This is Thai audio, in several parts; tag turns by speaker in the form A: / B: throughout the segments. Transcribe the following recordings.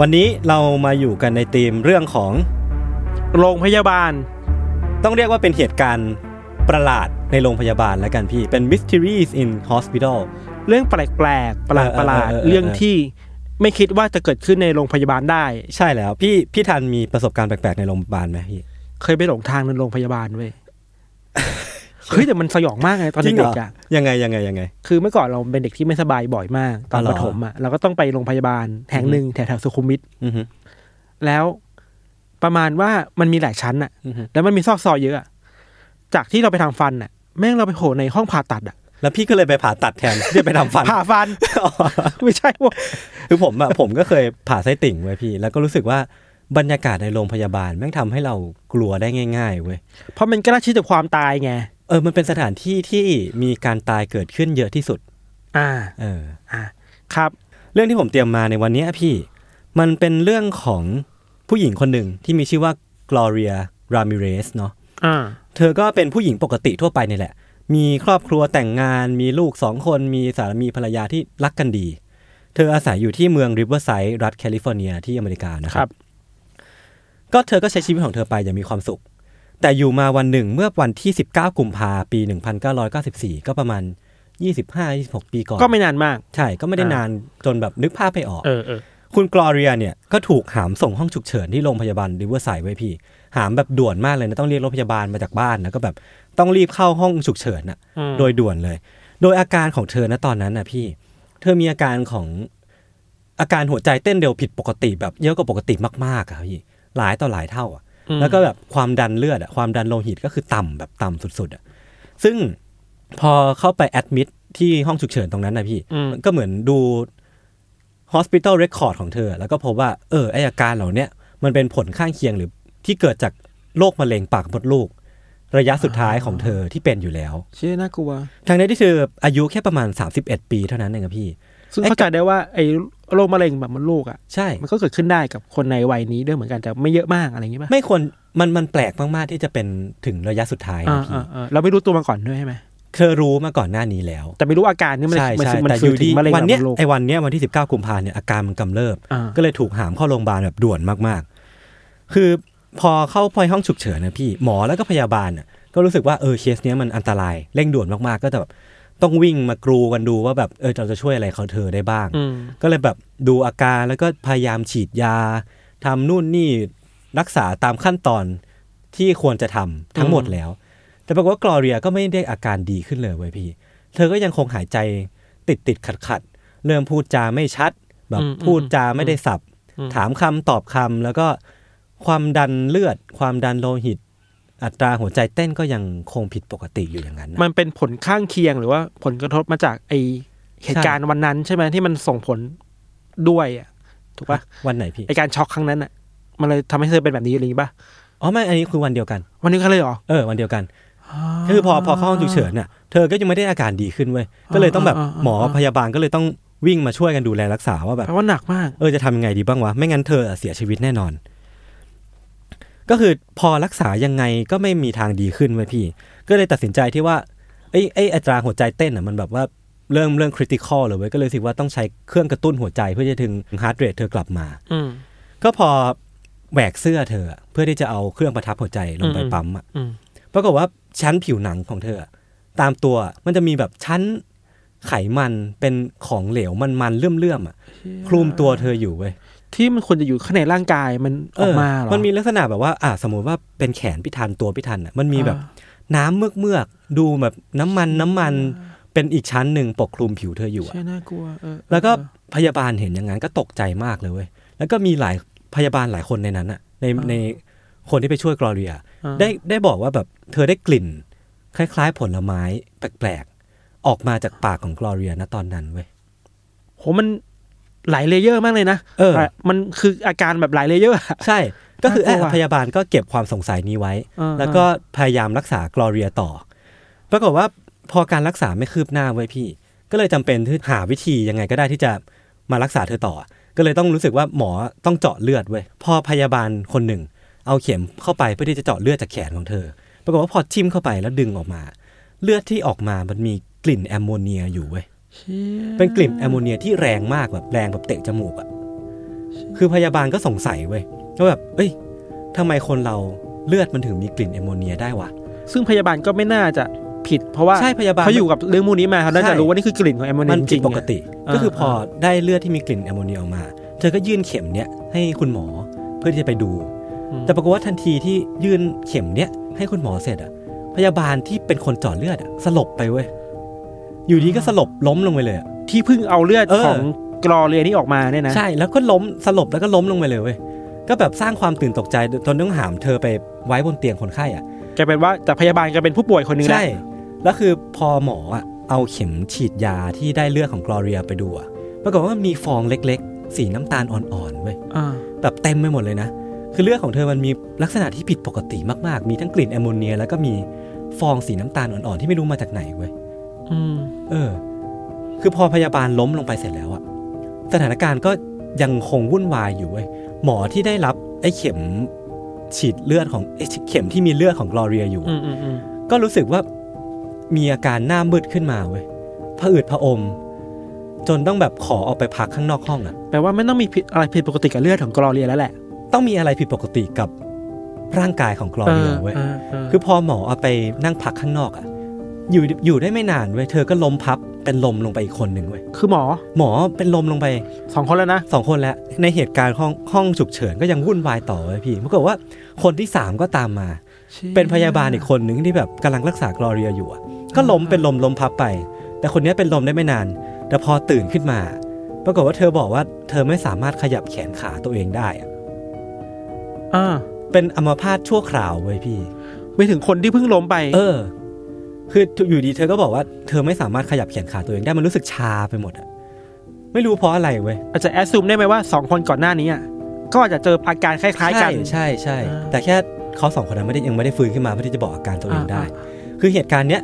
A: วันนี้เรามาอยู่กันในธีมเรื่องของ
B: โรงพยาบาล
A: ต้องเรียกว่าเป็นเหตุการณ์ประหลาดในโรงพยาบาลแล้วกันพี่ เป็น Mysteries in Hospital
B: เรื่องแปลกแปลกๆประหลาดประหลาด
A: เออเออเออ
B: เรื่องที่ไม่คิดว่าจะเกิดขึ้นในโรงพยาบาลได้
A: ใช่แล้วพี่พี่ทันมีประสบการณ์แปลกๆในโรงพยาบาลไหมพี่
B: เคยไปหลงทางในโรงพยาบาล เว้ยเฮ้ยแต่มันสยองมากไงตอน
A: จริงเหร
B: เด็
A: อก
B: ๆอ่ะ
A: ยังไงยังไงยังไง
B: คือเมื่อก่อนเราเป็นเด็กที่ไม่สบายบ่อยมาก ตอ
A: อ๋อ
B: น
A: เหร
B: ป
A: อ
B: ฐมอ่ะเราก็ต้องไปโรงพยาบาลแห่งหนึ่งแถวแถวๆสุขุมวิท
A: อือฮึ
B: แล้วประมาณว่ามันมีหลายชั้นอ่ะ
A: อือฮึ
B: แล้วมันมีซอกซอยเยอะอะจากที่เราไปทำฟันอ่ะ แม่งเราไปโผล่ในห้องผ่าตัดอ่ะ
A: แล้วพี่ก็เลยไปผ่าตัดแทน ที่จะไปทำฟัน
B: ผ่าฟัน ไม่ใช่ว่า
A: คือผมอะ ผมก็เคยผ่าไส้ติ่งไว้ยพี่ แล้วก็รู้สึกว่าบรรยากาศในโรงพยาบาลแม่งทำให้เรากลัวได้ง่ายๆเว้ย
B: เพราะมันก็น่าเชื่อแต่ความตายไง
A: เออมันเป็นสถานที่ที่มีการตายเกิดขึ้นเยอะที่สุด
B: อ่า
A: เออ
B: อ่า ครับ
A: เรื่องที่ผมเตรียมมาในวันเนี้ยพี่ มันเป็นเรื่องของผู้หญิงคนหนึ่งที่มีชื่อว่ากลอเรียรามิเรสเนาะ
B: อ่า
A: เธอก็เป็นผู้หญิงปกติทั่วไปนี่แหละ มีครอบครัวแต่งงาน มีลูกสองคน มีสามีภรรยาที่รักกันดี เธออาศัยอยู่ที่เมืองริเวอร์ไซด์รัฐแคลิฟอร์เนียที่อเมริกานะค
B: ครั
A: รับ
B: บ
A: ก็เธอก็ใช้ชีวิตของเธอไปอย่างมีความสุข แต่อยู่มาวันหนึ่งเมื่อวันที่ 19 กุมภาปี 1994 ก็ประมาณ 25-26 ปีก่อน
B: ก็ไม่นานมาก
A: ใช่ ก็ไม่ได้
B: อ่าน
A: นานจนแบบนึกภาพไม่ออก
B: เออเออ
A: คุณกลอเรียเนี่ยก็ถูกหามส่งห้องฉุกเฉินที่โรงพยาบาลริเวอร์ไซด์ไว้พี่ หามแบบด่วนมากเลยนะ ต้องเรียกรถพยาบาลมาจากบ้านแล้วก็แบบต้องรีบเข้าห้องฉุกเฉินอ่ะ
B: อืม
A: โดยด่วนเลย โดยอาการของเธอนะตอนนั้นน่ะพี่ เธอมีอาการของอาการหัวใจเต้นเร็วผิดปกติแบบเยอะกว่าปกติมากๆอะพี่หลายต่อหลายเท่าอะแล้วก็แบบความดันเลือดอะความดันโลหิตก็คือต่ำแบบต่ำสุดๆอะซึ่งพอเข้าไปแอดมิดที่ห้องฉุกเฉินตรงนั้นนะพี่
B: อืม
A: มันก็เหมือนดู hospital record ของเธอ แล้วก็พบว่า เออไออาการเหล่าเนี้ยมันเป็นผลข้างเคียงหรือที่เกิดจากโรคมะเร็งปากมดลูก ระยะสุดท้ายของเธอที่เป็นอยู่แล้ว
B: เชื่อน่ากลัว
A: ทางนี้ที่เธออายุแค่ประมาณ 31 ปีเท่านั้นเองครับพี่
B: ซึ่งเข้าใจได้ว่าไอ้โรคมะเร็งแบบมันลูกอ่ะ
A: ใช่
B: มันก็เกิดขึ้นได้กับคนในวัยนี้ด้วยเหมือนกันแต่ไม่เยอะมากอะไรอย่างงี้ป่ะ
A: ไม่ควรมันมันแปลกมากๆที่จะเป็นถึงระยะสุดท้าย
B: อ่า
A: นะพี่
B: อ่าอ่าเราไม่รู้ตัวมาก่อนด้วยใช่ไหม
A: เธอรู้มาก่อนหน้านี้แล้ว
B: แต่ไม่รู้อาการนี่มัน
A: ใช่
B: มัน
A: ใช่
B: มัน
A: แต่อ
B: สื่อยู่ ถึ
A: ดี
B: งมะเร็ง
A: วัน
B: แบบ
A: เนี้ย
B: มันลูก
A: ไอ้วันเนี้ยวันที่ 19กุมภาเนี่ยอาการมันกำเริบ
B: อ่า
A: ก็เลยถูกหามเข้าโรงพยาบาลแบบด่วนมากๆ คือพอเข้าไปห้องฉุกเฉินนะพี่หมอแล้วก็พยาบาลน่ะก็รู้สึกว่าเออเคสเนี้ยมันอันตรายเร่งด่วนมากๆ ก็จะแบบต้องวิ่งมากรูกันดูว่าแบบเออเราจะช่วยอะไรเขาเธอได้บ้าง
B: อืม
A: ก็เลยแบบดูอาการแล้วก็พยายามฉีดยาทำนู่นนี่รักษาตามขั้นตอนที่ควรจะทำทั้งหมดแล้ว แต่ปรากฏว่ากลอเรียก็ไม่ได้อาการดีขึ้นเลยเว้ยพี่ เธอก็ยังคงหายใจติดติดขัดขัดๆเริ่มพูดจาไม่ชัด แบบ
B: อืม
A: พูดจาไม่ได้สับ ถามคำตอบคำแล้วก็ความดันเลือด ความดันโลหิต อัตราหัวใจเต้นก็ยังคงผิดปกติอยู่อย่างนั้นนะ
B: มันเป็นผลข้างเคียงหรือว่าผลกระทบมาจากไอเหตุการณ์วันนั้นใช่ไหมที่มันส่งผลด้วยอ่ะถูกปะ
A: วันไหนพี่
B: ไอการช็อกครั้งนั้นอ่ะ มันเลยทำให้เธอเป็นแบบนี้อะไรอย่างงี้ปะ
A: อ๋อไม่อันนี้คือวันเดียวกัน
B: วันนี้ก็เลยเหรอ
A: เออวันเดียวกัน คือพอพอเข้าห้องฉุกเฉินน่ะเธอก็ยังไม่ได้อาการดีขึ้นเว้ยก็เลยต้องแบบหมอพยาบาลก็เลยต้อง วิ่งมาช่วยกันดูแลรักษาว่าแบบ
B: แปลว่าหนักมาก
A: เออจะทำยังไงดีบ้างวะ ไม่งั้นเธอเสียชีวิตแน่นอน ก็คือพอรักษายังไงก็ไม่มีทางดีขึ้นไว้ยพี่ ก็เลยตัดสินใจที่ว่าไอ้ไอ้อัตราหัวใจเต้นอ่ะมันแบบว่าเรื่องเรื่องคริติคอลเลยเว้ยก็เลยรู้สึกว่าต้องใช้เครื่องกระตุ้นหัวใจเพื่อจะถึงฮาร์ดเรทเธอกลับมา
B: อืม
A: ก็พอแหวกเสื้อเธออะเพื่อที่จะเอาเครื่องประทับหัวใจลงไป
B: อืม
A: ปั๊มอ่ะ
B: อืม
A: ปรากฏว่าชั้นผิวหนังของเธออะตามตัวมันจะมีแบบชั้นไขมันเป็นของเหลวมันๆเลื่อมๆอ่ะคลุมตัวเธออยู่เว้ย
B: ที่มันควรจะอยู่ข้างในร่างกายมันออกมาเหรอ
A: นมีลักษณะแบบว่า อ่ะสมมติว่าเป็นแขนพิทันตัวพิทันอ่ะ มันมีแบบ
B: อ่
A: น้ำเมือกเมือกๆดูแบบน้ำมันน้ำมันเป็นอีกชั้นหนึ่งปกคลุมผิวเธออยู่อะ
B: ใช่น่ากลัวเออ
A: แล้วก็
B: เออ
A: พยาบาลเห็นอย่างนั้นก็ตกใจมากเลยเว้ย แล้วก็มีหลายพยาบาลหลายคนในนั้นอ่ะ ในในคนที่ไปช่วยกรอเรีย
B: เออ
A: ได้ได้บอกว่าแบบเธอได้กลิ่น คล้าย ๆ ผลไม้แปลกๆออกมาจากปากของกรอเรียนะตอนนั้นเว้ย
B: โหมันหลายเลเยอร์มากเลยนะ
A: เออ
B: มันคืออาการแบบหลายเลเยอร์อะ
A: ใช่ ก็คือ
B: น่ากลัว
A: เอ่อพยาบาลก็เก็บความสงสัยนี้ไว้
B: เออ
A: แล้วก็พยายามรักษากลอเรียต่อ ปรากฏว่าพอการรักษาไม่คืบหน้าไว้ยพี่ ก็เลยจำเป็นที่หาวิธียังไงก็ได้ที่จะมารักษาเธอต่อ ก็เลยต้องรู้สึกว่าหมอต้องเจาะเลือดเว้ย พอพยาบาลคนหนึ่ง เอาเข็มเข้าไปเพื่อที่จะเจาะเลือดจากแขนของเธอ ปรากฏว่าพอจิ้มเข้าไปแล้วดึงออกมา เลือดที่ออกมามันมีกลิ่นแอมโมเนียอยู่เว้ย เป็นกลิ่นแอมโมเนียที่แรงมากแบบแรงแบบเตะจมูกอะคือพยาบาลก็สงสัยเว้ยว่าแบบ เอ้ยทำไมคนเราเลือดมันถึงมีกลิ่นแอมโมเนียได้วะ
B: ซึ่งพยาบาลก็ไม่น่าจะผิด เพราะว่า
A: ใช่พยาบาล
B: เขาอยู่กับเรื่องมูนี้มาเขาน่า
A: ใช่
B: จะรู้ว่านี่คือกลิ่นของแอมโมเนี
A: มั
B: ย
A: น
B: จ
A: ผิด
B: ริงๆ
A: ปกติ
B: ะ
A: ก็คือพออา ได้เลือดที่มีกลิ่นแอมโมเนียออกมา เธอก็ยื่นเข็มเนี้ยให้คุณหมอเพื่อที่จะไปดู
B: อืม
A: แต่ปรากฏว่าทันทีที่ยื่นเข็มเนี้ยให้คุณหมอเสร็จอะพยาบาลที่เป็นคนเจาะเลือดอะสลบไปเว้ย อยู่ดีก็สลบล้มลงไปเลยอะ
B: ที่เพิ่งเอาเลือด
A: เออ
B: ของกรอเรียนี่ออกมาเนี่ยนะ
A: ใช่แล้วก็ล้มสลบแล้วก็ล้มลงไปเลยเว้ยก็แบบสร้างความตื่นตกใจจนต้องหามเธอไปไว้บนเตียงคนไข้อ่ะ
B: กลายเป็นว่าจากพยาบาลกลายเป็นผู้ป่วยคนหนึงแล้
A: ใช่
B: ว
A: แล้วคือพอหมออ่ะเอาเข็มฉีดยาที่ได้เลือดของกลอเรียไปดูอ่ะปรากฏว่ามันมีฟองเล็กๆ สีน้ำตาลอ่อนๆเว้ย
B: อ่า
A: แบบเต็มไปหมดเลยนะ คือเลือดของเธอมันมีลักษณะที่ผิดปกติมากๆ มีทั้งกลิ่นแอมโมเนีย แล้วก็มีฟองสีน้ำตาลอ่อนๆที่ไม่รู้มาจากไหนเว้ย
B: อืม
A: เออ คือพอพยาบาลล้มลงไปเสร็จแล้วอะสถานการณ์ก็ยังคงวุ่นวายอยู่เว้ย หมอที่ได้รับไอ้เข็มฉีดเลือดของไอ้เข็มที่มีเลือดของกลอเรียอยู่
B: อื
A: อะ
B: มอืมอืม
A: ก็รู้สึกว่ามีอาการหน้ามืดขึ้นมาเว้ยผะอืดผะอม จนต้องแบบขอออกไปพักข้างนอกห้องอะ
B: แปลว่าไม่ต้องมีผิดอะไรผิดปกติกับเลือดของกรอเรียแล้วแหละ
A: ต้องมีอะไรผิดปกติกับร่างกายของกลอเรียเว้ย
B: ออเออ
A: คือพอหมอเอาไปนั่งพักข้างนอกอะอยู่อยู่ได้ไม่นานเว้ย เธอก็ล้มพับเป็นลมลงไปอีกคนหนึ่งเว้ย
B: คือหมอ
A: หมอเป็นลมลงไป
B: สองคนแล้วนะ
A: สองคนแล้วในเหตุการณ์ห้องห้องฉุกเฉินก็ยังวุ่นวายต่อเลยพี่ปรากฏว่าคนที่สามก็ตามมา เป็นพยาบาลอีกคนหนึ่งที่แบบกำลังรักษากลอเรียอยู่อะก็ล้มเป็นลมล้มพับไป แต่คนเนี้ยเป็นลมได้ไม่นาน แต่พอตื่นขึ้นมา ปรากฏว่าเธอบอกว่าเธอไม่สามารถขยับแขนขาตัวเองได้อะ
B: อ่า
A: เป็นอัมพาตชั่วคราวเว้ยพี่
B: ไปถึงคนที่เพิ่งล้มไป
A: เออ คืออยู่ดีเธอก็บอกว่าเธอไม่สามารถขยับแขนขาตัวเองได้มันรู้สึกชาไปหมดอะไม่รู้เพราะอะไรเว้ย
B: อาจจะแอดซูมได้ไหมว่าสองคนก่อนหน้านี้อ่ะก็อาจจะเจออาการคล้ายๆกัน
A: ใช่ใช่
B: อ่า
A: แต่แค่เขาสองคนนั้นไม่ได้ยังไม่ได้ฟื้นขึ้นมาเพื่อที่จะบอกอาการตัวเอง
B: อ่า
A: ได้
B: อ่
A: คือเหตุการณ์เนี้ย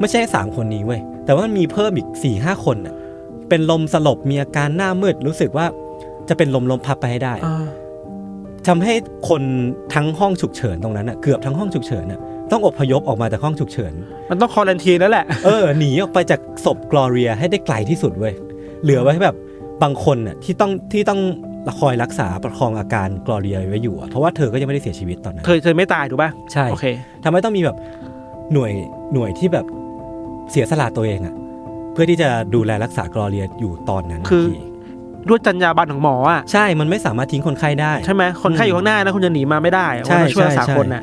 A: ไม่ใช่แค่สามคนนี้เว้ยแต่ว่ามันมีเพิ่มอีกสี่ห้าคนน่ะเป็นลมสลบมีอาการหน้ามืดรู้สึกว่าจะเป็นลมลมพับไปให้ได้
B: อ่า
A: ทำให้คนทั้งห้องฉุกเฉินตรงนั้นน่ะเกือบทั้งห้องฉุกเฉินน่ะต้องอพยพออกมาจากห้องฉุกเฉิ น
B: มันต้องคอรันทีนแล้วแหละ
A: เออหนีออกไปจากศพกลอเรียให้ได้ไกลที่สุดเว้ยเหลือไว้ให้แบบบางคนน่ะที่ต้องที่ต้องคอยรักษาประคองอาการกลอเรียไว้อยู่อะเพราะว่าเธอก็ยังไม่ได้เสียชีวิตตอนนั้น
B: เธอเธอไม่ตายถูกป่ะ
A: ใช่
B: โอเค
A: ทำให้ต้องมีแบบหน่วยหน่วยที่แบบเสียสละตัวเองอะเพื่อที่จะดูแลรักษากรอเรียอยู่ตอนนั้น
B: คือ
A: พี่
B: ด้วยจรรยาบรรณของหมออ่ะ
A: ใช่ มันไม่สามารถทิ้งคนไข้ได้
B: ใช่ไหมคนไข้อยู่ข้างหน้านะคุณจะหนีมาไม่ได้อะ
A: ใช่
B: ว่ามาช่วย
A: ใช่
B: รักษา
A: ใช่
B: คนน่ะ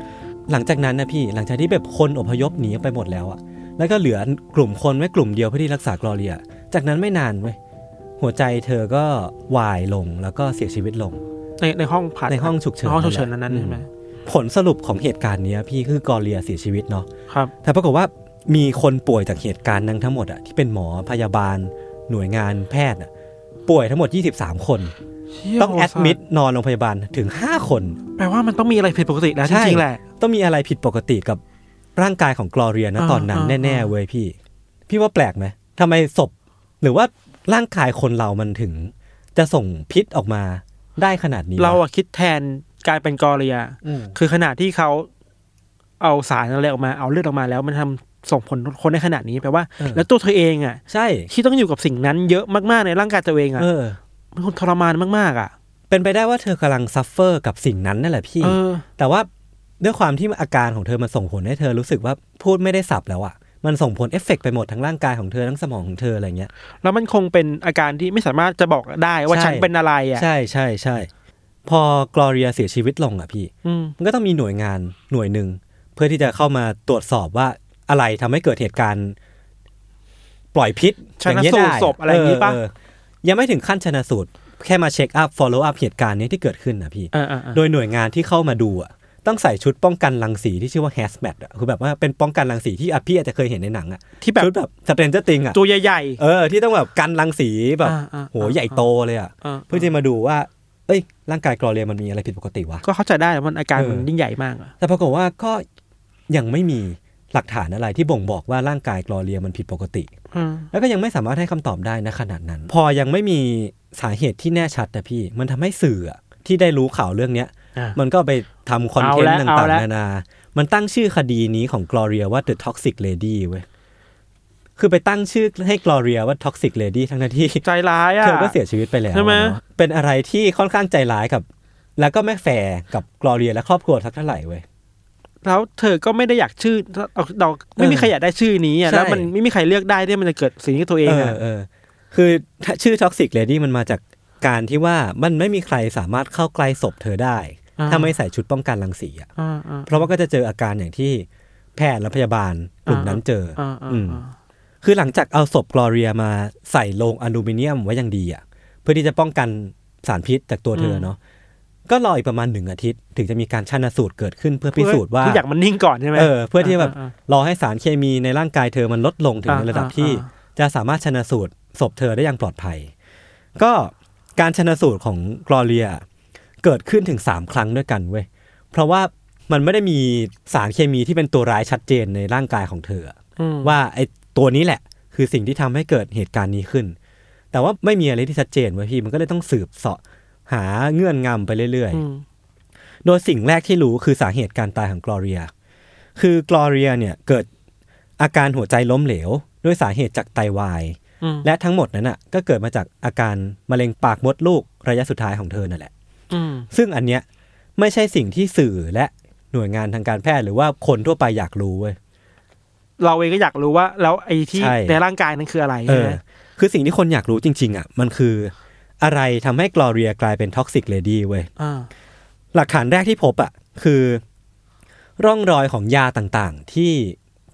A: หลังจากนั้นนะพี่ หลังจากที่แบบคนอพยพหนีไปหมดแล้วอะแล้วก็เหลือกลุ่มคนไว้กลุ่มเดียวเพื่อที่รักษากรอเรีย จากนั้นไม่นานเว้ยหัวใจเธอก็วายลงแล้วก็เสียชีวิตลง
B: ในในห้องผ่า
A: ในห้องฉุกเฉิน
B: ห้องฉุกเฉิน
A: นั่นแหละ
B: นั้นๆใช่ไหม
A: อื ผลสรุปของเหตุการณ์เนี้ยพี่คือกรอเรียเสียชีวิตเนาะ
B: ครับ
A: แต่ปรากฏว่ามีคนป่วยจากเหตุการณ์นั้นทั้งหมดอะที่เป็นหมอพยาบาล หน่วยงานแพทย์อะป่วยทั้งหมด 23 คน ต้องแอดมิดนอนโรงพยาบาลถึง 5 คน
B: แปลว่ามันต้องมีอะไรผิดปกติแล้วจ
A: ใช่
B: ริงๆแหละ
A: ต้องมีอะไรผิดปกติกับร่างกายของกลอเรียนะ
B: อ่า
A: ตอนนั้น
B: อ่า
A: แน่ ๆ เว้ยพี่ พี่ว่าแปลกไหมทำไมศพ หรือว่า ร่างกายคนเรามันถึง จะส่งพิษออกมาได้ขนาดนี้วะ
B: เราอะคิดแทนการเป็นกอริยา
A: อืม
B: คือขนาดที่เขาเอาสารอะไรออกมาเอาเลือดออกมาแล้วมันทำส่งผลต่อคนได้ขนาดนี้แปลว่า แล้วตัวเธอเองอะ
A: ใช่
B: ที่ต้องอยู่กับสิ่งนั้นเยอะมากๆในร่างกายตัวเองอะ
A: เออ
B: มันคงทรมานมากๆอะ
A: เป็นไปได้ว่าเธอกำลังซัฟเฟอร์กับสิ่งนั้นนั่นแหละพี่
B: เออ
A: แต่ว่าด้วยความที่อาการของเธอมันส่งผลให้เธอรู้สึกว่าพูดไม่ได้สับแล้วอะ่ะ มันส่งผลเอฟเฟกต์ไปหมดทั้งร่างกายของเธอทั้งสมองของเธออะไรเงี้ย
B: แล้วมันคงเป็นอาการที่ไม่สามารถจะบอกได้ว่า
A: ใช่
B: ฉันเป็นอะไรอ่ะ
A: ใช่ใช่ใช่พอกลอเรียเสียชีวิตลงอ่ะพี่
B: อืม
A: มันก็ต้องมีหน่วยงานหน่วยหนึ่ง เพื่อที่จะเข้ามาตรวจสอบว่าอะไรทำให้เกิดเหตุการณ์ ปล่อยพิษ
B: ชนะสูตรศพอะไรอย่างนี้ปะ
A: เออเออยังไม่ถึงขั้นชนะสูตร แค่มาเช็คอัพ follow up เหตุการณ์เนี้ยที่เกิดขึ้นนะพี่
B: เออเออเออ
A: โดยหน่วยงานที่เข้ามาดูอ่ะต้องใส่ชุดป้องกันรังสีที่ชื่อว่า hazmat อ่ะคือแบบว่าเป็นป้องกันรังสีที่อะพี่อาจจะเคยเห็นในหนังอ่ะ
B: ที่แบบ
A: ชุดแบบสเตนเจอร์ติงอ่ะ
B: ตัวใหญ่
A: เออที่ต้องแบบกันรังสีแบบ
B: อ่าอ่า
A: โห
B: อ่า
A: ใหญ่โตเลยอ่ะ
B: ๆเออ
A: เพื่อจะมาดูว่า เอ้ย ร่างกายกรอเรียมันมีอะไรผิดปกติวะ
B: ก็เข้าใจได้ว่ามันอาการ
A: เออ
B: มันยิ่งใหญ่มากอะ
A: แต่ปรากฏว่าก็ยังไม่มีหลักฐานอะไรที่บ่งบอกว่าร่างกายกรอเรียมันผิดปกติ
B: อืม
A: แล้วก็ยังไม่สามารถให้คำตอบได้นะขนาดนั้น พอยังไม่มีสาเหตุที่แน่ชัดนะพี่ มันทำให้สื่ออะที่ได้รู้ข่าวเรื่องเนี้ย
B: อ่ะ
A: มันก็ไปทำคอนเทนต์
B: เอาละ
A: ต่าง
B: เอาละ
A: ๆนานา มันตั้งชื่อคดีนี้ของกลอเรียว่า The Toxic Lady เว้ย คือไปตั้งชื่อให้กลอเรียว่า Toxic Lady ทั้งๆที่
B: ใจร้ายอ่ะ
A: เธอก็เสียชีวิตไปแล้ว
B: ใช่ไหม
A: เนอะเป็นอะไรที่ค่อนข้างใจร้ายกับ แล้วก็ไม่แฟร์กับกลอเรียและครอบครัวสักเท่าไหร่เว้ย
B: แล้วเธอก็ไม่ได้อยากชื่อเราเราไม่มีใครอยากได้ชื่อนี้อ่ะ
A: ใช่
B: แล้วมันไม่มีใครเลือกได้ที่มันจะเกิดสิ่งที่ตัวเอง
A: เออ
B: อ่ะ
A: เออคือถ้าชื่อ Toxic Lady มันมาจากการที่ว่ามันไม่มีใครสามารถเข้าใกล้ศพเธอได้ ถ้าไม่ใส่ชุดป้องกันรังสีอะ
B: อ่าอ่า
A: เพราะว่าก็จะเจออาการอย่างที่แพทย์และพยาบาลกลุ่มนั้นเจออ
B: อ่าอ่า
A: อืม
B: อ่า
A: คือหลังจากเอาศพกลอเรียมาใส่โลงอลูมิเนียมไว้อย่างดีอ่ะเพื่อที่จะป้องกันสารพิษจากตัวเธอเนาะก็รออีกประมาณหนึ่งอาทิตย์ ถึงจะมีการชันสูตรเกิดขึ้นเพื่อพิสูจน์ว่า
B: ทุกอย่างมันนิ่งก่อนใช่ไหม
A: เออเพื่อที่จะแบบ
B: อ่าอ่าร
A: อให้สารเคมีในร่างกายเธอมันลดลงถึง
B: อ่า
A: ในระดับ
B: อ่า
A: ที่
B: อ่
A: จะสามารถชันสูตรศพเธอได้อย่างปลอดภัย ก็การชันสูตรของกลอเรียเกิดขึ้นถึงสามครั้งด้วยกันเว้ยเพราะว่ามันไม่ได้มีสารเคมีที่เป็นตัวร้ายชัดเจนในร่างกายของเธออะ
B: อืม
A: ว่าไอ้ตัวนี้แหละ คือสิ่งที่ทำให้เกิดเหตุการณ์นี้ขึ้น แต่ว่าไม่มีอะไรที่ชัดเจนเว้ยพี่มันก็เลยต้องสืบเสาะหาเงื่อนงำไปเรื่อย
B: อืม
A: ๆ โดยสิ่งแรกที่รู้คือสาเหตุการตายของกลอเรีย คือกลอเรียเนี่ยเกิดอาการหัวใจล้มเหลว ด้วยสาเหตุจากไตวาย
B: อืม
A: และทั้งหมดนั้นอ่ะก็เกิดมาจากอาการมะเร็งปากมดลูกระยะสุดท้ายของเธอนั่นแหละ
B: อืม
A: ซึ่งอันเนี้ยไม่ใช่สิ่งที่สื่อและหน่วยงานทางการแพทย์หรือว่าคนทั่วไปอยากรู้เว้ย
B: เราเองก็อยากรู้ว่า แล้วไอ้ที่
A: ใช่
B: ในร่างกายนั้นคืออะไร
A: เอ
B: ใช่ไห
A: อ
B: ม
A: คือสิ่งที่คนอยากรู้จริง ๆ อ่ะ มันคืออะไรทำให้กลอเรียกลายเป็นท็อกซิกเลดี้เว้ย
B: อ่า
A: หลักฐานแรกที่พบอ่ะ คือ ร่องรอยของยาต่างๆ ที่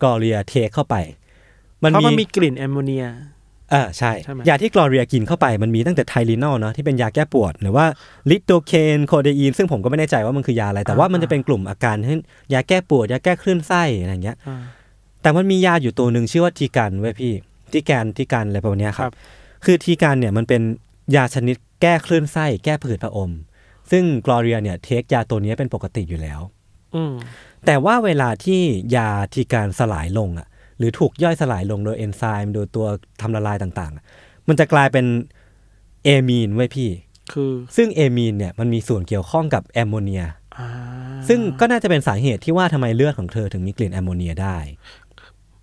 A: กลอเรียเทคเข้าไป มัน
B: เพราะมัน
A: มี
B: มีกลิ่นแอมโมเนีย
A: เออใช่
B: ใช่ไหม
A: ยาที่กลอเรียกินเข้าไปมันมีตั้งแต่ไทลินอลเนาะที่เป็นยาแก้ปวด หรือว่าลิโตเคนโคเดอีนซึ่งผมก็ไม่แน่ใจว่ามันคือยาอะไร แต่ว่ามันจะเป็นกลุ่มอาการเช่นยาแก้ปวดยาแก้คลื่นไส้อะไรอย่างเงี้ย
B: อ่า
A: แต่มันมียาอยู่ตัวหนึ่งชื่อว่าทีกันเว้ยพี่ทีกันทีกันอะไรประมาณเนี้ยค
B: ครั
A: รับ
B: บ
A: คือทีกันเนี่ยมันเป็นยาชนิดแก้คลื่นไส้ แก้ผื่นผะอม ซึ่งกลอเรียเนี่ยเทคยาตัวเนี้ยเป็นปกติอยู่แล้ว
B: อืม
A: แต่ว่าเวลาที่ยาทีการสลายลงอ่ะ หรือถูกย่อยสลายลงโดยเอนไซม์โดยตัวทำละลายต่างๆอะมันจะกลายเป็นเอมีนไว้ยพี่
B: คือ
A: ซึ่งเอมีนเนี่ยมันมีส่วนเกี่ยวข้องกับแอมโมเนีย
B: อ่า
A: ซึ่งก็น่าจะเป็นสาเหตุที่ว่าทำไมเลือดของเธอถึงมีกลิ่นแอมโมเนียได้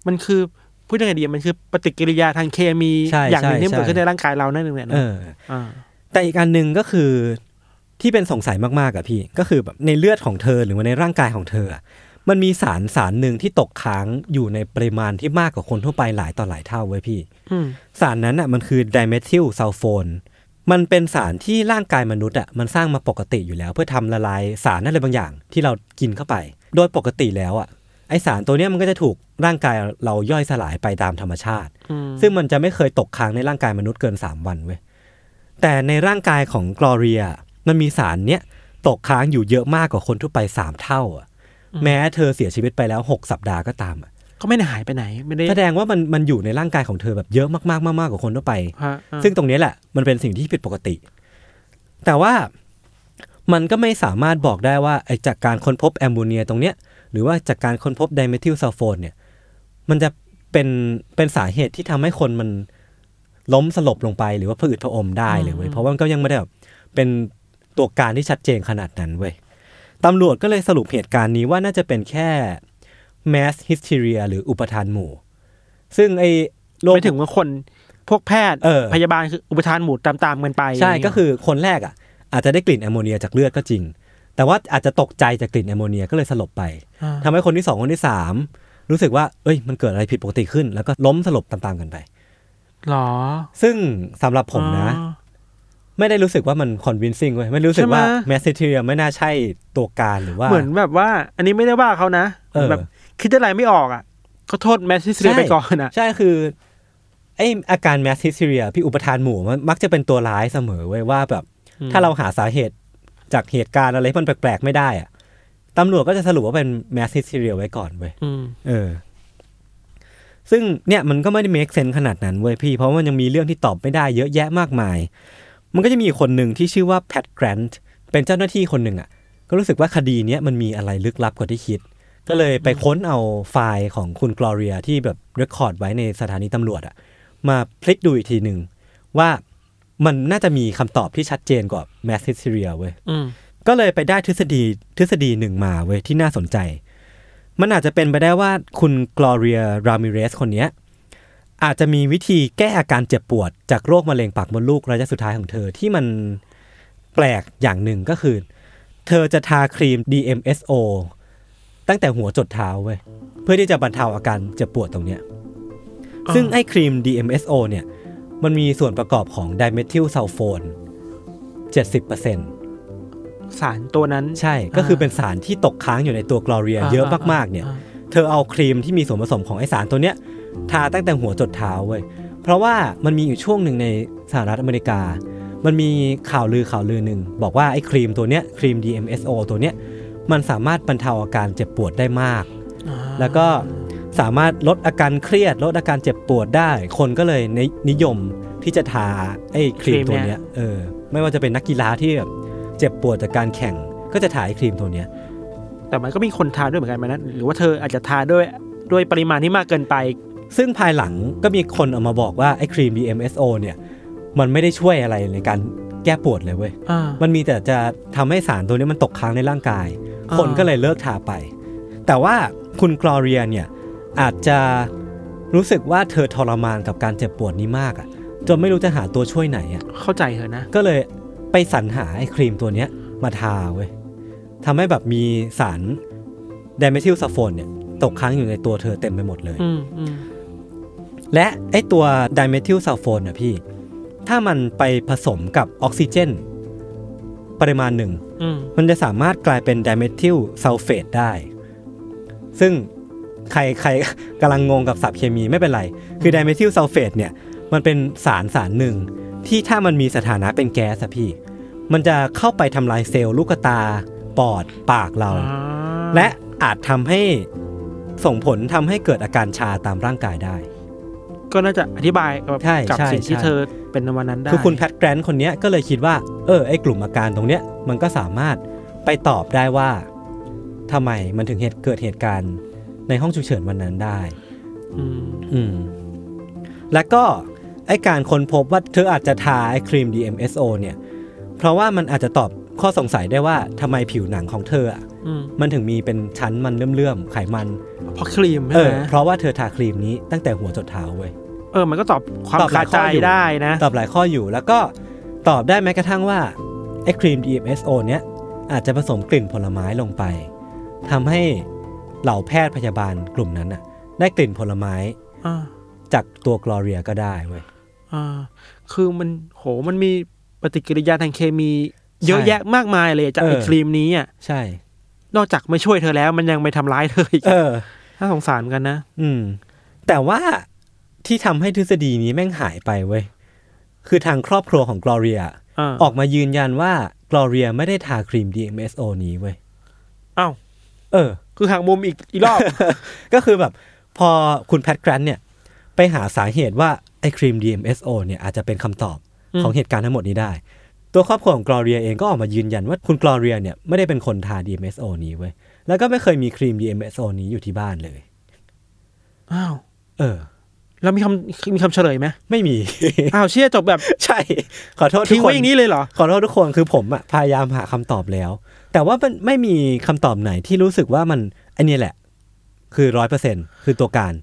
B: มันคือพูดยังไงดีมันคือปฏิกิริยาทางเคมี
A: ใช่
B: อย่างหนึ่ง
A: ใช่
B: ที่มันเกิด
A: ใช่
B: ขึ้นในร่างกายเรานั่นเองแหละ
A: เอ
B: เนาะ
A: อ
B: อ่า
A: แต่อีกอันหนึ่งก็คือที่เป็นสงสัยมากๆอะพี่ ก็คือแบบในเลือดของเธอหรือว่าในร่างกายของเธออะมันมีสารสารหนึ่งที่ตกค้างอยู่ในปริมาณที่มากกว่าคนทั่วไปหลายต่อหลายเท่าเว้ยพี่
B: อืม
A: สารนั้นอะมันคือไดเมทิลซัลโฟนมันเป็นสารที่ร่างกายมนุษย์อะมันสร้างมาปกติอยู่แล้ว เพื่อทำละลายสารอะไรบางอย่างที่เรากินเข้าไป โดยปกติแล้วอะไอสารตัวเนี้ยมันก็จะถูกร่างกายเราย่อยสลายไปตามธรรมชาติ
B: อืม
A: ซึ่งมันจะไม่เคยตกค้างในร่างกายมนุษย์เกิน 3 วันเว้ย แต่ในร่างกายของกลอเรีย มันมีสารเนี้ยตกค้างอยู่เยอะมากกว่าคนทั่วไป 3 เท่าอะแม้เธอเสียชีวิตไปแล้ว 6 สัปดาห์ก็ตามอะ
B: ก็ไม่ได้หายไปไหนไม่ได้
A: แสดงว่ามันมันอยู่ในร่างกายของเธอแบบเยอะมากๆมากๆกว่าคนทั่วไป
B: ฮะอ่า
A: ซึ่งตรงนี้แหละมันเป็นสิ่งที่ผิดปกติ แต่ว่ามันก็ไม่สามารถบอกได้ว่าไอ้จากการค้นพบแอมโมเนียตรงเนี้ยหรือว่าจากการค้นพบไดเมทิลซัลโฟนเนี่ย มันจะเป็นเป็นสาเหตุที่ทำให้คนมัน ล้มสลบลงไปหรือว่าพืดผะอมได้เลยเว้ยเพราะว่ามันก็ยังไม่ได้แบบเป็นตัวการที่ชัดเจนขนาดนั้นเว้ยตำรวจก็เลยสรุปเหตุการณ์นี้ว่าน่าจะเป็นแค่ mass hysteria หรืออุปทานหมู่ ซึ่งไอ้โรค
B: ไม่ถึงว่าคนพวกแพทย์
A: เออ
B: พยาบาลคืออุปทานหมู่ตามตามๆกันไป
A: ใช่
B: ะไรเงี้ย
A: ก็คือคนแรกอ่ะ อาจจะได้กลิ่นแอมโมเนียจากเลือดก็จริง แต่ว่าอาจจะตกใจจากกลิ่นแอมโมเนียก็เลยสลบไป
B: า
A: ทำให้คนที่สองคนที่สามรู้สึกว่า เอ้ย มันเกิดอะไรผิดปกติขึ้น แล้วก็ล้มสลบตามๆกันไป
B: หรอ
A: ซึ่งสำหรับผมนะ
B: อ๋อ
A: ไม่ได้รู้สึกว่ามันคอนวินซิ่งเว้ยไม่รู้สึกว่า
B: ใช่ไหม
A: แมสซิเทียไม่น่าใช่ตัวการหรือว่า
B: เหมือนแบบว่า อันนี้ไม่ได้ว่าเขานะ
A: เออ
B: แบบคิดอะไรไม่ออกอ่ะก็โทษแมทที่เสียไปก่อนนะ
A: ใช่คือไออาการแมสซิเทียพี่อุปทานหมู่มันมักจะเป็นตัวร้ายเสมอเว้ยว่าแบบ ถ้าเราหาสาเหตุจากเหตุการณ์อะไรที่มันแปลกๆไม่ได้อะตำรวจก็จะสรุปว่าเป็นแมสซิสเรียไว้ก่อนเว้ย
B: อืม
A: เออ ซึ่งเนี่ยมันก็ไม่ได้ make sense ขนาดนั้นเว้ยพี่ เพราะมันยังมีเรื่องที่ตอบไม่ได้เยอะแยะมากมาย มันก็จะมีคนหนึ่งที่ชื่อว่าแพทแกรนต์เป็นเจ้าหน้าที่คนหนึ่งอะ่ะ ก็รู้สึกว่าคดีเนี้ยมันมีอะไรลึกลับกว่าที่คิด ก็เลยไปค้นเอาไฟล์ของคุณกลอเรียที่แบบร e คอร์ดไว้ในสถานีตำรวจอะ่ะ มาพลิกดูอีกทีหนึ่งว่ามันน่าจะมีคำตอบที่ชัดเจนกว่าแมสซิสเรียเว้ย
B: อืม
A: ก็เลยไปได้ทฤษฎีทฤษฎีหนึ่งมาเว้ยที่น่าสนใจ มันอาจจะเป็นไปได้ว่าคุณกลอเรียรามิเรสคนเนี้ยอาจจะมีวิธีแก้อาการเจ็บปวด จากโรคมะเร็งปากมดลูกระยะสุดท้ายของเธอที่มันแปลกอย่างหนึ่งก็คือ เธอจะทาครีม DMSO ตั้งแต่หัวจดเท้าเว้ยเพื่อที่จะบรรเทาอาการเจ็บปวดตรงเนี้ยซึ่งไอ้ครีม DMSO เนี่ยมันมีส่วนประกอบของไดเมทิลซัลโฟน70%
B: สารตัวนั้น
A: ใช่ ก็คืออา เป็นสารที่ตกค้างอยู่ในตัวกลอเรีย เยอะมากๆเนี่ย เธอเอาครีมที่มีส่วนผสมของไอสารตัวเนี้ยทาตั้งแต่หัวจดเท้าเว้ย เพราะว่ามันมีอยู่ช่วงหนึ่งในสหรัฐอเมริกา มันมีข่าวลือข่าวลือหนึ่งบอกว่าไอ้ครีมตัวเนี้ยครีม DMSO ตัวเนี้ยมันสามารถบรรเทาอาการเจ็บปวดได้มาก
B: อ่า
A: แล้วก็สามารถลดอาการเครียด ลดอาการเจ็บปวดได้ คนก็เลยนินิยมที่จะทาไอ้ครีมตัวเนี้ยเออไม่ว่าจะเป็นนักกีฬาที่แบบเจ็บปวดจากการแข่งก็จะทาไอ้ครีมตัวเนี้ย
B: แต่มันก็มีคนทาด้วยเหมือนกันไหมนะหรือว่าเธออาจจะทาด้วยด้วยปริมาณที่มากเกินไป
A: ซึ่งภายหลังก็มีคนออกมาบอกว่า ไอ้ครีม DMSO เนี่ย มันไม่ได้ช่วยอะไรในการแก้ปวดเลยเว้ย
B: อ่า
A: มันมีแต่จะทำให้สารตัวนี้มันตกค้างในร่างกาย
B: อ่า
A: คนก็เลยเลิกทาไป แต่ว่าคุณกลอเรียเนี่ย อาจจะรู้สึกว่าเธอทรมานกับการเจ็บปวดนี้มากอะ่ะ จนไม่รู้จะหาตัวช่วยไหนอะ่ะ
B: เข้าใจเถอะนะ
A: ก็เลยไปสรรหาไอ้ครีมตัวเนี้ยมาทาเว้ยทำให้แบบมีสารไดเมทิลซัลโฟนเนี่ยตกค้างอยู่ในตัวเธอเต็มไปหมดเลย
B: อืมอืม
A: และไอตัวไดเมทิลซัลโฟนนะพี่ ถ้ามันไปผสมกับออกซิเจน ปริมาณหนึ่ง
B: อืม
A: มันจะสามารถกลายเป็นไดเมทิลซัลเฟตได้ ซึ่งใครใคร กำลังงงกับศัพท์เคมีไม่เป็นไร คือไดเมทิลซัลเฟตเนี่ย มันเป็นสารสารหนึ่ง ที่ถ้ามันมีสถานะเป็นแก๊สอะพี่ มันจะเข้าไปทำลายเซลล์ลูกตา ปอด ปากเรา
B: อ่า
A: และอาจทำให้ส่งผลทำให้เกิดอาการชาตามร่างกายได้
B: ก็น่าจะอธิบายกับ
A: ใช่
B: กับ
A: ใช่
B: สิ่งที่
A: ใช่
B: เธอเป็นในวันนั้นได้
A: คือคุณแพทแกรนด์คนเนี้ยก็เลยคิดว่า เออไอ้กลุ่มอาการตรงเนี้ยมันก็สามารถไปตอบได้ว่าทำไมมันถึงเหตุเกิดเหตุการณ์ในห้องฉุกเฉินวันนั้นได้
B: อืม
A: อืม แล้วก็ไอ้การค้นพบว่าเธออาจจะทาไอ้ครีม DMSO เนี่ย เพราะว่ามันอาจจะตอบข้อสงสัยได้ว่าทำไมผิวหนังของเธออะ
B: อืม
A: มันถึงมีเป็นชั้นมันเลื่อมๆไขมัน
B: เพราะครีมใช่
A: เอ
B: ไห
A: อ
B: ม
A: เพราะว่าเธอทาครีมนี้ตั้งแต่หัวจดเท้าเว้ย
B: เออ มันก็ตอบความ
A: ตอบหลา
B: คาย
A: ข้
B: ใจ
A: ออยู่
B: ได้นะ
A: ตอบหลายข้ออยู่แล้วก็ตอบได้แม้กระทั่งว่าไอ้ครีม DMSO เนี้ยอาจจะผสมกลิ่นผลไม้ลงไปทำให้เหล่าแพทย์พยาบาลกลุ่มนั้นน่ะ ได้กลิ่นผลไม้
B: อ่า
A: จากตัวกลอเรียก็ได้เว้ย
B: อ่าคือมันโหมันมีปฏิกิริยาทางเคมี เยอะ
A: ใช่
B: แยะมากมายเลยจาก
A: เออ
B: ไอ้ครีมนี้อ่ะ
A: ใช่
B: นอกจากไม่ช่วยเธอแล้ว มันยังไปทำร้ายเธออีก
A: เออ
B: น่าสงสารเหมือนกันนะ
A: อืม แต่ว่าที่ทำให้ทฤษฎีนี้แม่งหายไปเว้ยคือทางครอบครัวของกลอเรีย
B: อ่า
A: ออกมายืนยันว่ากลอเรียไม่ได้ทาครีม DMSO นี้เว้ย
B: อ้าว
A: เออ
B: คือหักมุมอีกอีกร อบ
A: ก็คือแบบพอคุณแพทแกรนเนี่ย ไปหาสาเหตุว่า ไอ้ครีม DMSO เนี่ยอาจจะเป็นคำตอบ
B: อืม
A: ของเหตุการณ์ทั้งหมดนี้ได้ ตัวครอบครัวของกลอเรียเองก็ออกมายืนยันว่าคุณกลอเรียเนี่ยไม่ได้เป็นคนทา DMSO นี้เว้ย แล้วก็ไม่เคยมีครีม DMSO นี้อยู่ที่บ้านเลย
B: อ้าว
A: เออ
B: แล้วมีคำมีคำเฉลยไหม
A: ไม่มี
B: อ้าวเชี่ยจบแบบ
A: ใช่ ขอโทษทุ
B: ทิ้
A: ก
B: ง
A: ค
B: ไว้
A: น
B: อย่างนี้เลยเหรอ
A: ขอโทษทุกคนคือผมอะพยายามหาคำตอบแล้ว แต่ว่ามันไม่มีคำตอบไหนที่รู้สึกว่ามันไอันนี้แหละ คือร้อยเปอร์เซ็นคือตัวการ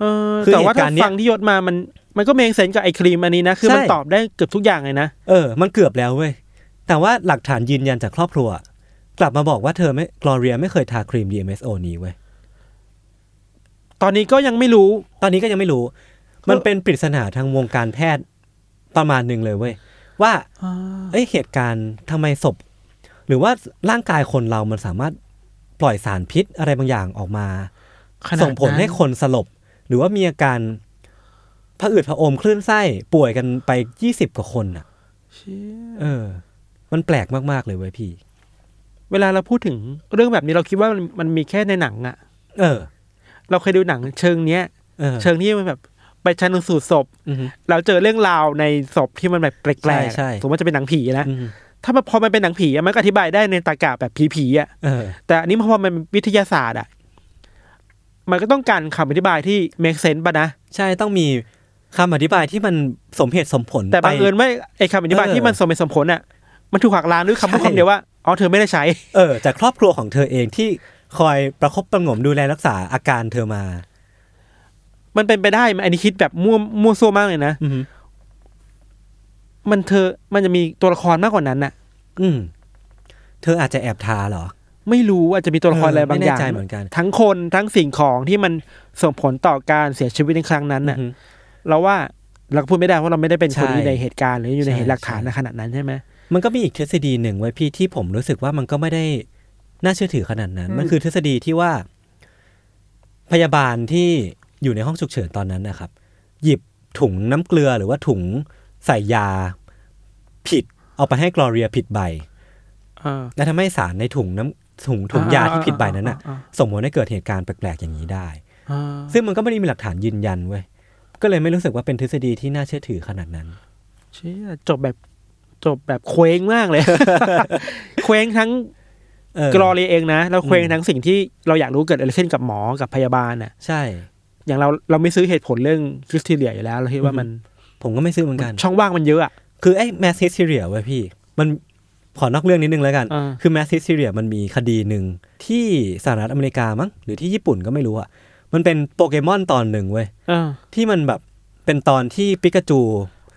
B: เออ
A: คือ
B: แต่ว่า
A: เหตุกา
B: ถ้า
A: รณ์เนี้ย
B: ฟังที่ยศมามันมันก็เมงเซนกับไอ้ครีมอันนี้นะ คือมัน
A: ใช่
B: ตอบได้เกือบทุกอย่างเลยนะ
A: เออ มันเกือบแล้วเว้ย แต่ว่าหลักฐานยืนยันจากครอบครัว กลับมาบอกว่าเธอไม่กลอเรียไม่เคยทาครีม DMSO นี้เว้ย
B: ตอนนี้ก็ยังไม่รู้
A: ตอนนี้ก็ยังไม่รู้ มันเป็นปริศนาทางวงการแพทย์ประมาณหนึ่งเลยเว้ย ว่า เอ้ยเหตุการณ์ทำไมศพ หรือว่าร่างกายคนเรามันสามารถปล่อยสารพิษอะไรบางอย่างออกมา
B: ขนาด
A: ส่งผลให้คนสลบ หรือว่ามีอาการผะอืดผะอมคลื่นไส้ป่วยกันไปยี่สิบกว่าคนอ่ะเออ มันแปลกมากๆเลยเว้ยพี่
B: เวลาเราพูดถึงเรื่องแบบนี้เราคิดว่ามันมันมีแค่ในหนังอะ
A: เออ
B: เราเคยดูหนังเชิงเนี้ย
A: เออ
B: เชิงที่มันแบบไปชันสูตรศพ
A: อือฮึ
B: เราเจอเรื่องราวในศพที่มันแบบแปลกๆ
A: ใช่
B: อะ
A: ใช่
B: สมมติว่าจะเป็นหนังผีนะ
A: อือฮึ
B: ถ้ามันพอมันเป็นหนังผีอะมันก็อธิบายได้ในตากะแบบผีๆอะ
A: เออ
B: แต่อันนี้พอมันเป็นวิทยาศาสตร์อะมันก็ต้องการคำอธิบายที่ make sense ป่ะนะ
A: ใช่ต้องมีคำอธิบายที่มันสมเหตุสมผล
B: แต่บัง
A: ไป
B: เอิญว่าไอ้คำอธิบาย
A: เออ
B: ที่มันสมเหตุสมผลอ่ะมันถูกหักล้างด้วยคำพูด
A: ใช่
B: คำเดียวว่าอ๋อเธอไม่ได้ใช้
A: เออจากครอบครัวของเธอเองที่คอยประคบประหงมดูแลรักษาอาการเธอมา
B: มันเป็นไปได้ไหมอันนี้คิดแบบมั่วมั่วซั่วมากเลยนะ
A: อืม
B: มันเธอมันจะมีตัวละครมากกว่านั้นน่ะ
A: อืมเธออาจจะแอบทาเหรอ
B: ไม่รู้อาจจะมีตัวละครอะไรบางอย่า
A: เออไม่
B: ง
A: แน่ใจเหมือนกัน
B: ทั้งคนทั้งสิ่งของที่มันส่งผลต่อการเสียชีวิตในครั้งนั้นน่ะ
A: อือฮึ
B: เราว่าเราก็พูดไม่ได้ว่าเราไม่ได้เป็นคนที่
A: ใช่
B: ในเหตุการณ์หรืออยู่ใน
A: ใช่
B: เหตุหลักฐาน
A: ใช่
B: ในขนาดนั้นใช่ไหม
A: มันก็มีอีกทฤษฎีหนึ่งไว้ยพี่ที่ผมรู้สึกว่ามันก็ไม่ได้น่าเชื่อถือขนาดนั้น มันคือทฤษฎีที่ว่า พยาบาลที่อยู่ในห้องฉุกเฉินตอนนั้นนะครับ หยิบถุงน้ำเกลือหรือว่าถุงใส่ยาผิด เอาไปให้กลอเรียผิดใบ และทำให้สารในถุงน้ำถุงถุงยาที่ผิดใบนั้นน่ะ
B: อ่าอ่าอ่า
A: ส่งผลให้เกิดเหตุการณ์แปลกๆอย่างนี้ได้ ซึ่งมันก็ไม่ได้มีหลักฐานยืนยันเว้ย ก็เลยไม่รู้สึกว่าเป็นทฤษฎีที่น่าเชื่อถือขนาดนั้น
B: เชี่ยจบแบบจบแบบเคว้งมาก เลย เคว้งทั้ง
A: เออ
B: กรอเรียเองนะเราเคว้ง
A: อืม
B: ทั้งสิ่งที่เราอยากรู้เกิดอะไรขึ้นกับหมอกับพยาบาลน่ะ
A: ใช่
B: อย่างเราเราไม่ซื้อเหตุผลเรื่องคริสติเลียอยู่แล้ว เราคิดว่ามัน
A: ผมก็ไม่ซื้อเหมือนกัน
B: ช่องว่างมันเยอะอ่ะ
A: คือไอ้แมสซิสเรียเว้ยพี่ มันขอนอกเรื่องนิดนึงแล้วกัน
B: อ่า
A: คือแมสซิสเรียมันมีคดีหนึ่งที่สหรัฐอเมริกามั้งหรือที่ญี่ปุ่นก็ไม่รู้อะมันเป็นโปเกมอนตอนหนึ่งเว้ยที่มันแบบเป็นตอนที่ปิกาจู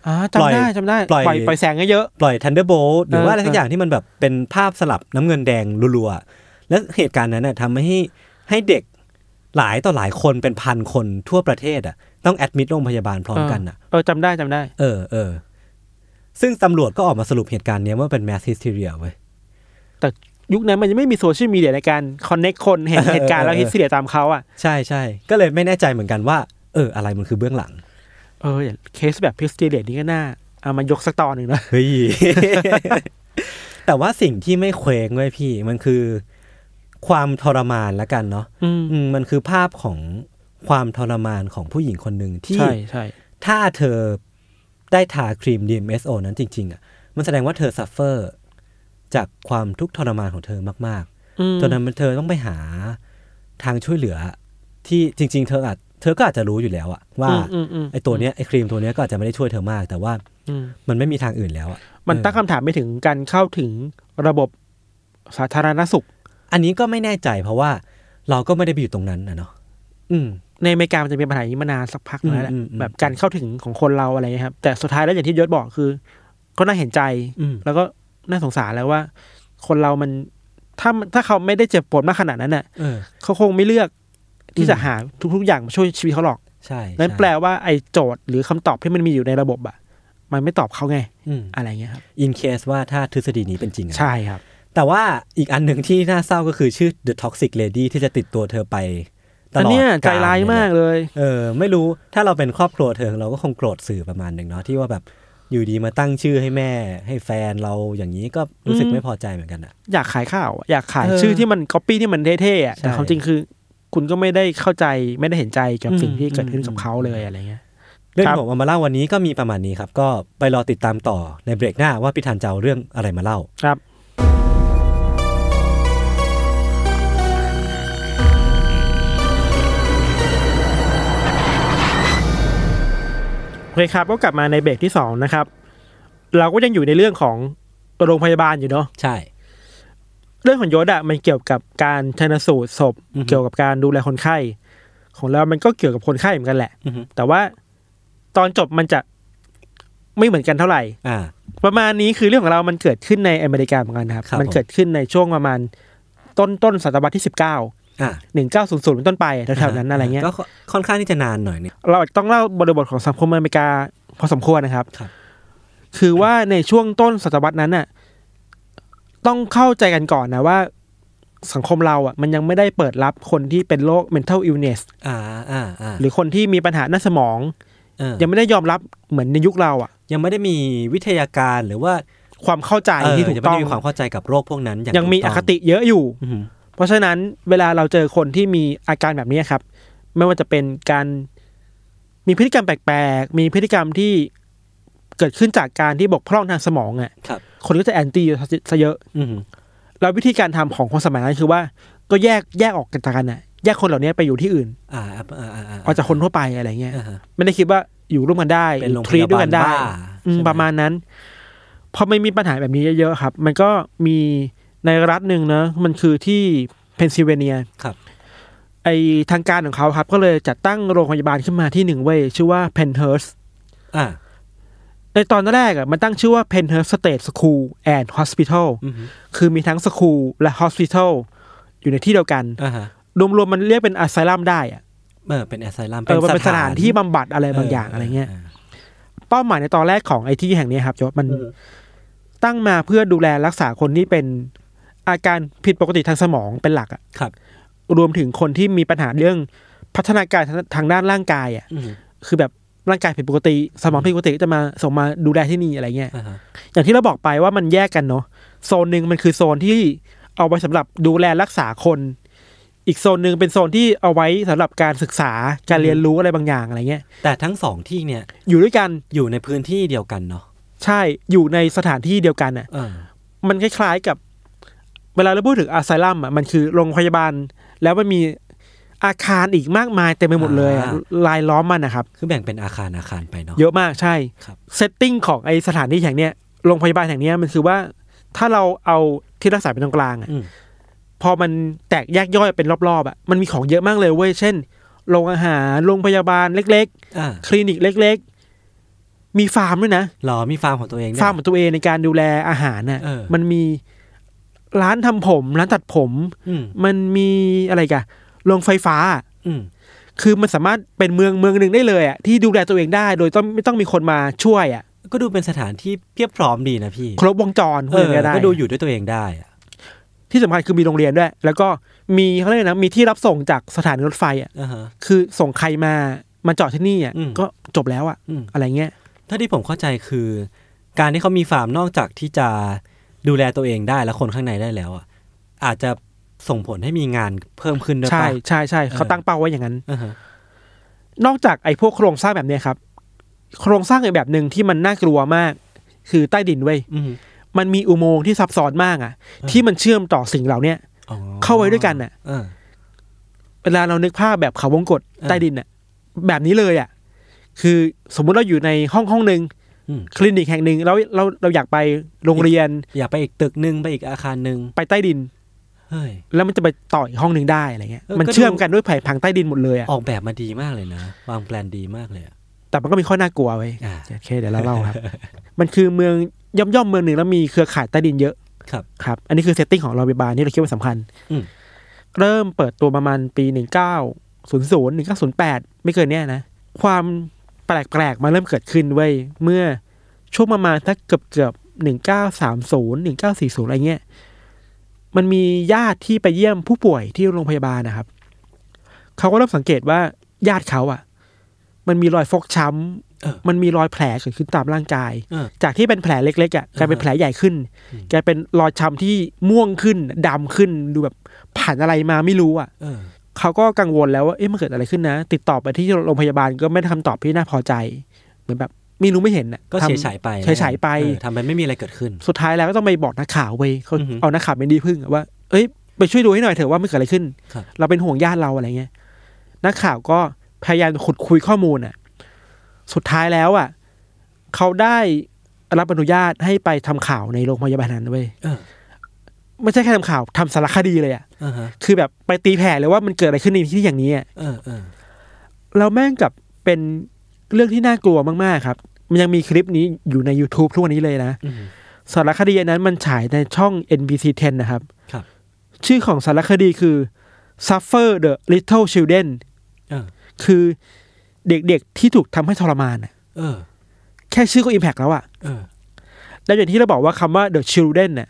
B: อ่า
A: ปล่อย
B: จำได้จำได้
A: ป
B: ป
A: ล่
B: ล่
A: อ
B: อย ยปล่อยแสงเยอะ
A: ปล่อยทันเดอร์โบ t หรือว่าอะไร
B: เออ
A: สักอย่างที่มันแบบเป็นภาพสลับน้ำเงินแดงรัวๆ และเหตุการณ์นั้นน่ะทำให้ให้เด็กหลายต่อหลายคนเป็นพันคนทั่วประเทศอ่ะต้องแอดมิดโรงพยาบาลพร้อมกันอ่ะ
B: เออจำได้จำได้
A: เออเออ ซึ่งตำรวจก็ออกมาสรุปเหตุการณ์เนี้ยว่าเป็นแมส h ิส t เรียเว้ย
B: แต่ยุคนั้นมันยังไม่มีโซเชียลมีเดียในการคอนเน็กคนเห็น
A: เออ
B: เหตุการณ์
A: เออ
B: แล้วฮิสเลียตามเขาอ่ะ
A: ใช่ใช่ก็เลยไม่แน่ใจเหมือนกันว่า เออ อะไรมันคือเบื้องหลัง
B: เอออย่างเคสแบบฮิสเลียนี่ก็น่าเอามายกสักตอนหนึ่งนะ
A: เฮ้ย แต่ว่าสิ่งที่ไม่เคว้งเว้ยพี่ มันคือความทรมานละกันเนาะ
B: อืม
A: อืมมันคือภาพของความทรมานของผู้หญิงคนหนึ่งที่
B: ใช่ใช่
A: ถ้าเธอได้ทาครีม DMSO นั้นจริง ๆ อ่ะ มันแสดงว่าเธอซัฟเฟอร์ จากความทุกข์ทรมานของเธอมาก
B: อืม
A: ๆจนทำให้เธอต้องไปหาทางช่วยเหลือ ที่จริง ๆ เธออาจเธอก็อาจจะรู้อยู่แล้วอะว่า
B: อืมอืมอืม
A: ไอ้ตัวเนี้ยไอ้ครีมตัวเนี้ยก็อาจจะไม่ได้ช่วยเธอมาก แต่ว่า
B: อืม
A: มันไม่มีทางอื่นแล้วอะ
B: มันตั้งคำถามไปถึงการเข้าถึงระบบสาธารณสุข
A: อันนี้ก็ไม่แน่ใจเพราะว่าเราก็ไม่ได้ไปอยู่ตรงนั้นนะเนาะอืม
B: ในอเมริกามันจะมีปัญหาอย่างนี้มานานสักพักแล้วแหละ
A: อืมอืมอืม
B: แบบการเข้าถึงของคนเราอะไรเงี้ยครับ แต่สุดท้ายแล้วอย่างที่ยศบอกคือ ก็น่าเห็นใจ
A: อืม
B: แล้วก็น่าสงสารแล้วว่า คนเรามันถ้าถ้าเขาไม่ได้เจ็บปวดมากขนาดนั้นน่ะ
A: เออ
B: เขาคงไม่เลือกที่จะ
A: อืม
B: หาทุกๆอย่างมาช่วยชีวิตเขาหรอก
A: ใช่
B: นั้น
A: ใช่
B: แปลว่าไอ้โจทย์หรือคำตอบที่มันมีอยู่ในระบบอะมันไม่ตอบเขาไง
A: อืม
B: อะไรเงี้ยครับ
A: อินเคสว่าถ้าทฤษฎีนี้เป็นจริงอะ
B: ใช่ครับ
A: แต่ว่าอีกอันหนึ่งที่น่าเศร้าก็คือชื่อ The Toxic Lady ที่จะติดตัวเธอไปต
B: แต่
A: ลอด
B: เนี่ย
A: กล
B: ใจร้ายมากเลย
A: เออ ไม่รู้ถ้าเราเป็นครอบครัวเธอเราก็คงโกรธสื่อประมาณหนึ่งเนาะที่ว่าแบบอยู่ดีมาตั้งชื่อให้แม่ ให้แฟนเราอย่างนี้ก็รู้สึก
B: อืม
A: ไม่พอใจเหมือนกันอะ
B: อยากขายข่าวอะอยากขาย
A: เออ
B: ชื่อที่มันก๊อปปี้ที่มันเท่ๆอะ
A: ใช่
B: แต่ความจริงคือ คุณก็ไม่ได้เข้าใจไม่ได้เห็นใจกับ
A: อืม
B: สิ่งที่เกิดขึ้นกับ
A: อืม
B: เขาเลยอะไรเงี้ย
A: เรื่อง
B: ครับ
A: ที่ผมเอามาเล่าวันนี้ก็มีประมาณนี้ครับ ก็ไปรอติดตามต่อในเบรกหน้าว่าพี่ธันจะเอาเรื่องอะไรมาเล่า
B: ครับ
A: ผ
B: โอเคครับก็กลับมาในเบรกที่สองนะครับ เราก็ยังอยู่ในเรื่องของโรงพยาบาลอยู่เนาะ
A: ใช่
B: เรื่องของยศอะมันเกี่ยวกับการชันสูตรศพ
A: อือฮึ
B: เกี่ยวกับการดูแลคนไข้ ของเรามันก็เกี่ยวกับคนไข้เหมือนกันแหละ
A: อือฮึ
B: แต่ว่าตอนจบมันจะไม่เหมือนกันเท่าไหร่
A: อ่า
B: ประมาณนี้คือเรื่องของเรามันเกิดขึ้นในอเมริกาเหมือนกันนะครับ
A: ครับ
B: มันเกิดขึ้นในช่วงประมาณต้นต้นศตวรรษที่สิบเก้า
A: อ่า
B: หนึ่งเก้าศูนย์ศูนย์เป็นต้นไปแถวๆนั้นอะไรเงี้ย
A: ก็ค่อนข้างที่จะนานหน่อยเนี่ย
B: เราอาจจะต้องเล่าบริบทของสังคมอเมริกาพอสมควรนะครับ
A: ครับ
B: คือว่าในช่วงต้นศตวรรษนั้นน่ะ ต้องเข้าใจกันก่อนนะว่า สังคมเราอ่ะมันยังไม่ได้เปิดรับคนที่เป็นโรค mental illness
A: อ่าอ่าอ่า
B: หรือคนที่มีปัญหาด้านสมอง
A: เออ
B: ยังไม่ได้ยอมรับเหมือนในยุคเราอ่ะ
A: ยังไม่ได้มีวิทยาการหรือว่า
B: ความเข้าใจ
A: เออ
B: ที่ถู
A: ยั
B: ก
A: ไม่
B: ต้อง
A: ได้มีความเข้าใจกับโรคพวกนั้นอย่าง
B: ยังมี
A: ถู
B: อก
A: ต้
B: คติเยอะอยู่
A: อือฮึ
B: เพราะฉะนั้นเวลาเราเจอคนที่มีอาการแบบนี้ครับ ไม่ว่าจะเป็นการมีพฤติกรรมแปลกๆ มีพฤติกรรมที่เกิดขึ้นจากการที่บกพร่องทางสมองอ่ะ
A: ครับ
B: คนก็จะแอนตี้ซะเยอะ
A: อือฮึ
B: แล้ววิธีการทำของคนสมัยนั้นคือว่า ก็แยกแยกออกกันจากกันอ่ะ แยกคนเหล่านี้ไปอยู่ที่อื่น
A: อ่าอ่าอ่าอ่า
B: ออกจากคนทั่วไปอะไรเงี้ย
A: อ่าฮะ
B: ไม่ได้คิดว่าอยู่ร่วมกันได้
A: เป็นโรง
B: ทรีด้วยกันได้
A: พยาบาลบ้า
B: อืม
A: ใช่ไหม
B: ประมาณนั้น พอไม่มีปัญหาแบบนี้เยอะๆครับ มันก็มีในรัฐหนึ่งนะ มันคือที่เพนซิลเวเนีย
A: ครับ
B: ไอทางการของเขาครับ ก็เลยจัดตั้งโรงพยาบาลขึ้นมาที่หนึ่งเว้ยชื่อว่าเพนเ u ิร์ส
A: อ่า
B: ในตอนแรกอ่ะมันตั้งชื่อว่าเพนเ u ิร์สสเตทสคูลแอนด์ฮอสพิทอล
A: อือฮึ
B: คือมีทั้งสคูลและฮอสพิทอลอยู่ในที่เดียวกัน
A: อ่าฮะ
B: รวมๆมันเรียกเป็นอาไซลัมได้อ่ะ
A: เออเป็นแอสไซลัม
B: เออมันเป็นสถานที่บำบัดอะไรบางอย่างอะไรเงี้ย เป้าหมายในตอนแรกของไอที่แห่งนี้ครับยศมันตั้งมาเพื่อดูแลรักษาคนที่เป็นอาการผิดปกติทางสมองเป็นหลักอะ
A: ครับ
B: รวมถึงคนที่มีปัญหาเรื่องพัฒนาการทางทางด้านร่างกายอ่ะ
A: อือฮึ
B: คือแบบร่างกายผิดปกติ สมองผิดปกติจะมาส่งมาดูแลที่นี่อะไรเงี้ย
A: อ่าฮะ
B: อย่างที่เราบอกไปว่ามันแยกกันเนาะโซนหนึ่งมันคือโซนที่เอาไว้สำหรับดูแลรักษาคน อีกโซนหนึ่งเป็นโซนที่เอาไว้สำหรับการศึกษาการเรียนรู้อะไรบางอย่างอะไรเงี้ย
A: แต่ทั้งสองที่เนี่ย
B: อยู่ด้วยกัน
A: อยู่ในพื้นที่เดียวกันเนาะ
B: ใช่อยู่ในสถานที่เดียวกันอ่ะ
A: เออ
B: มันคล้ายๆกับ เวลาเราพูดถึงอาไซลัมอ่ะมันคือโรงพยาบาล แล้วมันมีอาคารอีกมากมายเต็มไปหมดเลยอะ
A: อ่า
B: ลายล้อมมันนะครับ
A: คือแบ่งเป็นอาคารอาคารไปเนาะ
B: เยอะมากใช่
A: ครับ
B: เซตติ้งของไอสถานที่แห่งเนี้ยโรงพยาบาลแห่งเนี้ยมันคือว่าถ้าเราเอาที่รักษาเป็นตรงกลางอะ
A: อืม
B: พอมันแตกแยกย่อยเป็นรอบๆอ่ะมันมีของเยอะมากเลยเว้ยเช่นโรงอาหารโรงพยาบาลเล็ก
A: อ่า
B: ๆ คลินิกเล็ก ๆ มีฟาร์มด้วยนะ
A: หรอมีฟาร์มของตัวเองด้ว
B: ฟาร์ม
A: ย
B: ของตัวเองในการดูแลอาหารน่ะ
A: เออ
B: มันมีร้านทำผมร้านตัดผม
A: อืม
B: มันมีอะไรอีกันโรงไฟฟ้า
A: อืม
B: คือมันสามารถเป็นเมืองเมืองหนึ่งได้เลยอ่ะที่ดูแลตัวเองได้ โดยต้องไม่ต้องมีคนมาช่วยอ่ะ
A: ก็ดูเป็นสถานที่เพียบพร้อมดีนะพี่
B: ครบวงจร
A: เอ
B: เพื่
A: อ
B: ได้
A: ก็ดูอยู่ด้วยตัวเองได้อะ
B: ที่สำคัญคือมีโรงเรียนด้วย แล้วก็มีเขาเรียกอะไรนะมีที่รับส่งจากสถานีรถไฟอ่ะ
A: อ่าฮะ
B: คือส่งใครมามาจอดที่นี่อ่ะ
A: อืม
B: ก็จบแล้วอ่ะ
A: อืม
B: อะไรเงี้ย
A: ถ้าที่ผมเข้าใจคือ การที่เขามีฟาร์มนอกจากที่จะดูแลตัวเองได้และคนข้างในได้แล้วอ่ะอาจจะส่งผลให้มีงานเพิ่มขึ้นด้วย
B: ใช่
A: ปะ
B: ใช่ใช่
A: เออ
B: เขาตั้งเป้าไว้อย่างนั้น
A: อ่าฮะ
B: นอกจากไอ้พวกโครงสร้างแบบเนี้ยครับ โครงสร้างอีกแบบหนึ่งที่มันน่ากลัวมาก คือใต้ดินเว้ย
A: อืม
B: มันมีอุโมงค์ที่ซับซ้อนมากอ่ะ ที่มันเชื่อมต่อสิ่งเหล่าเนี้ย
A: อ๋อ
B: เข้าไว้ด้วยกันน่ะ
A: เออ
B: เวลาเรานึกภาพแบบเขาวงกต
A: เออ
B: ใต้ดินอ่ะ แบบนี้เลยอ่ะ คือสมมุติเราอยู่ในห้องห้องหนึ่ง
A: อืม
B: คลินิกแห่งหนึ่งแล้วเราเราอยากไปโรงเรียน
A: อย่าไปอีกตึกนึงไปอีกอาคารนึง
B: ไปใต้ดิน
A: เฮ้ย
B: แล้วมันจะไปต่ออีกห้องหนึ่งได้อะไรเงี้ย
A: เออ
B: มัน
A: ก็ดู
B: เชื่อมกันด้วยแผงผังใต้ดินหมดเลยอ่ะ
A: ออกแบบมาดีมากเลยนะวางแปลนดีมากเลยอะ
B: แต่มันก็มีข้อน่ากลัวไว้ย
A: อ่า
B: โอเค เดี๋ยวเราเล่าครับ มันคือเมืองย่อมย่อมๆเมืองหนึ่งแล้วมีเครือข่ายใต้ดินเยอะ
A: ครับ
B: ครับ อันนี้คือเซตติ้งของโรงพยาบาลนี่เราคิดว่าสำคัญ
A: อืม
B: เริ่มเปิดตัวประมาณปีหนึ่งเก้าศูนย์ศูนย์หนึ่งเก้าศูนย์แปดไม่เกินเนี้ยนะ ความแปลกๆมาเริ่มเกิดขึ้นเว้ยเมื่อช่วงประมาณถ้าเกือบเกือบหนึ่งเก้าสามศูนย์หนึ่งเก้าสี่ศูนย์อะไรเงี้ยมันมีญาติที่ไปเยี่ยมผู้ป่วยที่โรงพยาบาลนะครับ เขาก็เริ่มสังเกตว่าญาติเขาอ่ะ มันมีรอยฟกช้
A: เออ
B: ำมันมีรอยแผลเกิดขึ้นตามร่างกาย
A: เออ
B: จากที่เป็นแผลเล็กๆอ่ะกลายเป็นแผลใหญ่ขึ้นกลายเป็นรอยช้ำที่ม่วงขึ้นดำขึ้นดูแบบผ่านอะไรมาไม่รู้อ่ะ
A: เออ
B: เขาก็กังวลแล้วว่าเอ๊ะมันเกิดอะไรขึ้นนะ ติดต่อไปที่โรงพยาบาลก็ไม่ได้คำตอบที่น่าพอใจ เหมือนแบบไม่รู้ไม่เห็นน่ะ
A: ก็
B: ทำ
A: เฉยฉายไป
B: เฉยฉายไป
A: เออทำเป็นไม่มีอะไรเกิดขึ้น
B: สุดท้ายแล้วก็ต้องไปบอกนักข่าวเว้ยเขา
A: อือหือ
B: เอานักข่าวเป็นดีพึ่งอะว่า เอ้ยไปช่วยดูให้หน่อยเถอะว่ามันเกิดอะไรขึ้น
A: ครับ
B: เราเป็นห่วงญาติเราอะไรเงี้ยนักข่าวก็พยายามขุดคุยข้อมูลอ่ะ สุดท้ายแล้วอ่ะเขาได้รับอนุญาตให้ไปทำข่าวในโรงพยาบาลนั้นเว้ย
A: เออ
B: ไม่ใช่แค่ทำข่าวทำสารคดีเลยอ่ะ
A: อ่าฮะ
B: คือแบบไปตีแผ่เลยว่ามันเกิดอะไรขึ้นในที่อย่างนี้อะ
A: เออเออ
B: เราแม่งกลับเป็นเรื่องที่น่ากลัวมากๆครับ มันยังมีคลิปนี้อยู่ใน YouTube ทุกวันนี้เลยนะ
A: อืม
B: สารคดีอันนั้นมันฉายในช่อง NBC 10 นะครับ
A: ครับ
B: ชื่อของสารคดีคือ Suffer the Little Children
A: เออ
B: คือเด็กๆที่ถูกทำให้ทรมานน่ะ
A: เออ
B: แค่ชื่อก็อิมแพกแล้วอะ
A: เออ
B: แล้วอย่างที่เราบอกว่าคำว่า the children น่ะ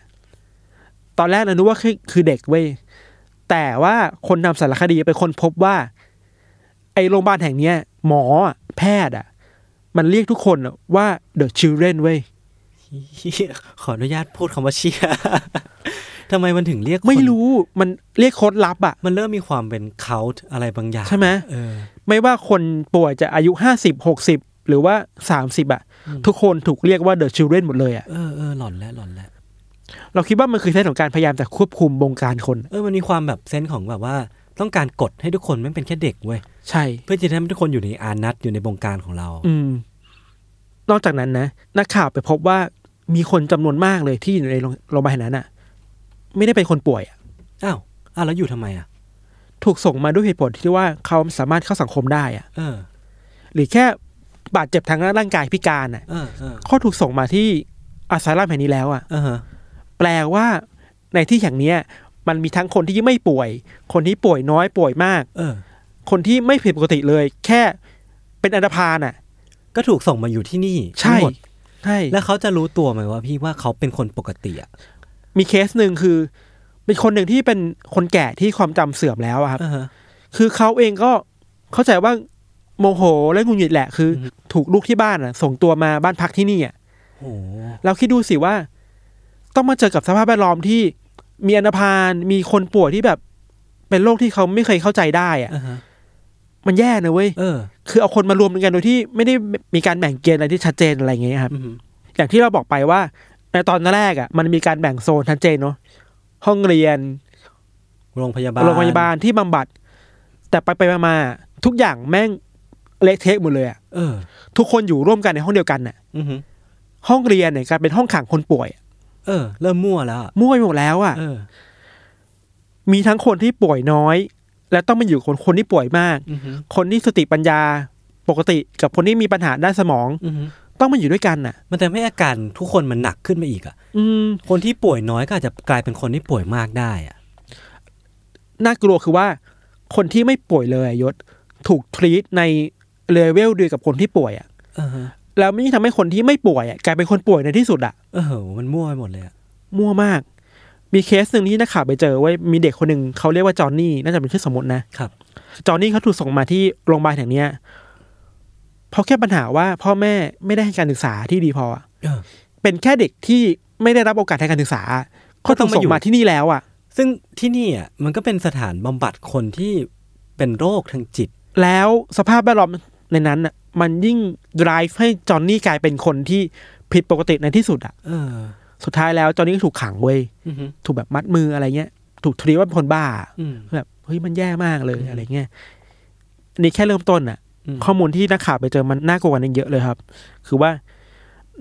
B: ตอนแรกนะนึกว่าคือคือเด็กเว้ย แต่ว่าคนทำสารคดีไปคนพบว่า ไอโรงพยาบาลแห่งเนี้ย หมออะแพทย์อะมันเรียกทุกคนอะว่า the children เว้ย
A: เหี้ยขออนุญาตพูดคำว่าเชีย ทำไมมันถึงเรียกคน
B: ไม่รู้มันเรียกโค้ดลับอะ
A: มันเริ่มมีความเป็นเคาท์อะไรบางอย่าง
B: ใช่ไหม
A: เออ
B: ไม่ว่าคนป่วยจะอายุห้าสิบหกสิบหรือว่าสามสิบอะทุกคนถูกเรียกว่าเดอะชิลเ e นหมดเลยอะ
A: เออเออหลอนแล้วหลอนแล้ว
B: เราคิดว่ามันคือเส้นของการพยายามจะควบคุมบงการคน
A: เออมันมีความแบบเซนส์ของแบบว่า ต้องการกดให้ทุกคนแมันเป็นแค่เด็กเว้ย
B: ใช่
A: เพื่อจะทำให้ทุกคนอยู่ในอานัตอยู่ในบงการของเรา
B: อืม นอกจากนั้นนะ นักข่าวไปพบว่ามีคนจำนวนมากเลยที่อยู่ในโรงโรงพยาบาลนั้นอะไม่ได้เป็นคนป่วยอะ
A: อ้าวอ้าวแล้วอยู่ทำไมอ่ะ
B: ถูกส่งมาด้วยเหตุผลที่ว่าเขาสามารถเข้าสังคมได้อะ
A: เออ
B: หรือแค่บาดเจ็บทางร่างกายพิการอะ
A: เออเออ
B: เขาถูกส่งมาที่อาสาลัมแห่งนี้แล้วอะ
A: เออฮะ
B: แปลว่าในที่อย่างเนี้ยมันมีทั้งคนที่ไม่ป่วย คนที่ป่วยน้อยป่วยมาก
A: เออ
B: คนที่ไม่ผิดปกติเลย แค่เป็นอันดพาลน่ะ
A: ก็ถูกส่งมาอยู่ที่นี่
B: ใช่
A: ทั้งหมด
B: ใช่
A: แล้
B: แล้ว
A: วเขาจะรู้ตัวไหมว่าพี่ว่าเขาเป็นคนปกติอ่ะ
B: มีเคสหนึ่งคือ เป็นคนหนึ่งที่เป็นคนแก่ที่ความจำเสื่อมแล้วอะครับ
A: เออฮะ
B: คือเขาเองก็เข้าใจว่าโมโหและหงุนหงิดแหละคืออ
A: ม
B: ถูกลูกที่บ้านน่ะ ส่งตัวมาบ้านพักที่นี่อ่ะ
A: โอ้โห
B: เราคิดดูสิว่า ต้องมาเจอกับสภาพแวดล้อมที่มีอันดพาลมีคนป่วยที่แบบเป็นโรคที่เขาไม่เคยเข้าใจได้อ่ะ
A: เออฮะ
B: มันแย่นะเว้ย
A: เออ
B: คือเอาคนมารวมกันโดยที่ไม่ได้มีการแบ่งเกณฑ์อะไรที่ชัดเจนอะไรอย่างเงี้ยครับ
A: อือฮึ
B: อย่างที่เราบอกไปว่า ในตอนแรกอ่ะมันมีการแบ่งโซนชัดเจนเนาะ ห้องเรียน
A: โรงพยาบาล
B: โรงพยาบาลที่บำบัด แต่ไปไปมามาทุกอย่างแม่งเละเทะหมดเลยอ่ะ
A: เออ
B: ทุกคนอยู่ร่วมกันในห้องเดียวกันน่ะ
A: อือฮึ
B: ห้องเรียนเนี่ยกลายเป็นห้องขังคนป่วยอะ
A: เออ เริ่มมั่วแล้วอะ
B: มั่วไปหมดแล้วอ่ะ
A: เออ
B: มีทั้งคนที่ป่วยน้อย และต้องมาอยู่คนคนที่ป่วยมาก
A: อือฮึ
B: คนที่สติปัญญาปกติกับคนที่มีปัญหาด้านสมอง
A: อือฮึ
B: ต้องมาอยู่ด้วยกันน่ะ
A: มันทำให้อาการทุกคนมันหนักขึ้นไปอีกอ่ะ
B: อืม
A: คนที่ป่วยน้อยก็อาจจะกลายเป็นคนที่ป่วยมากได้อ่ะ
B: น่ากลัวคือว่าคนที่ไม่ป่วยเลยอะยศถูกทรีตในเลเวลเดียวกับคนที่ป่วยอะ
A: เออฮะ
B: แล้วไม่ทำให้คนที่ไม่ป่วยอะกลายเป็นคนป่วยในที่สุดอะ
A: เออ มันมั่วไปหมดเลยอ่ะ
B: มั่วมาก มีเคสหนึ่งที่นักข่าวไปเจอไว้ยมีเด็กคนหนึ่งเขาเรียกว่าจอห์นนี่น่าจะเป็นชื่อสมมตินะครับ จอห์นนี่เขาถูกส่งมาที่โรงพยาบาลแห่งเนี้ยเพราะแค่ปัญหาว่าพ่อแม่ไม่ได้ให้การศึกษาที่ดีพออะ
A: เออ
B: เป็นแค่เด็กที่ไม่ได้รับโอกาสทางการศึกษา
A: ก็
B: เขา
A: ต้
B: ต้
A: อ
B: อง ง
A: มา
B: ส่
A: อยู่
B: งมาที่นี่แล้วอะ
A: ซึ่งที่นี่อ่ะมันก็เป็นสถานบำบัดคนที่เป็นโรคทางจิต
B: แล้วสภาพแวดล้อมในนั้นน่ะมันยิ่ง drive ให้จอห์นนี่กลายเป็นคนที่ผิดปกติในที่สุดอะ
A: เออ
B: สุดท้ายแล้วจอห์นนี่ก็ถูกขังเว้ย
A: อือฮึ
B: ถูกแบบมัดมืออะไรเงี้ย ถูกทรีตว่าเป็นคนบ้า
A: อืม
B: แบบเฮ้ยมันแย่มากเลยอะไรเงี้ยอันนี่แค่เริ่มต้นอะ
A: อืม
B: ข้อมูลที่นักข่าวไปเจอมันน่ากลัวกว่านั้นเยอะเลยครับ คือว่า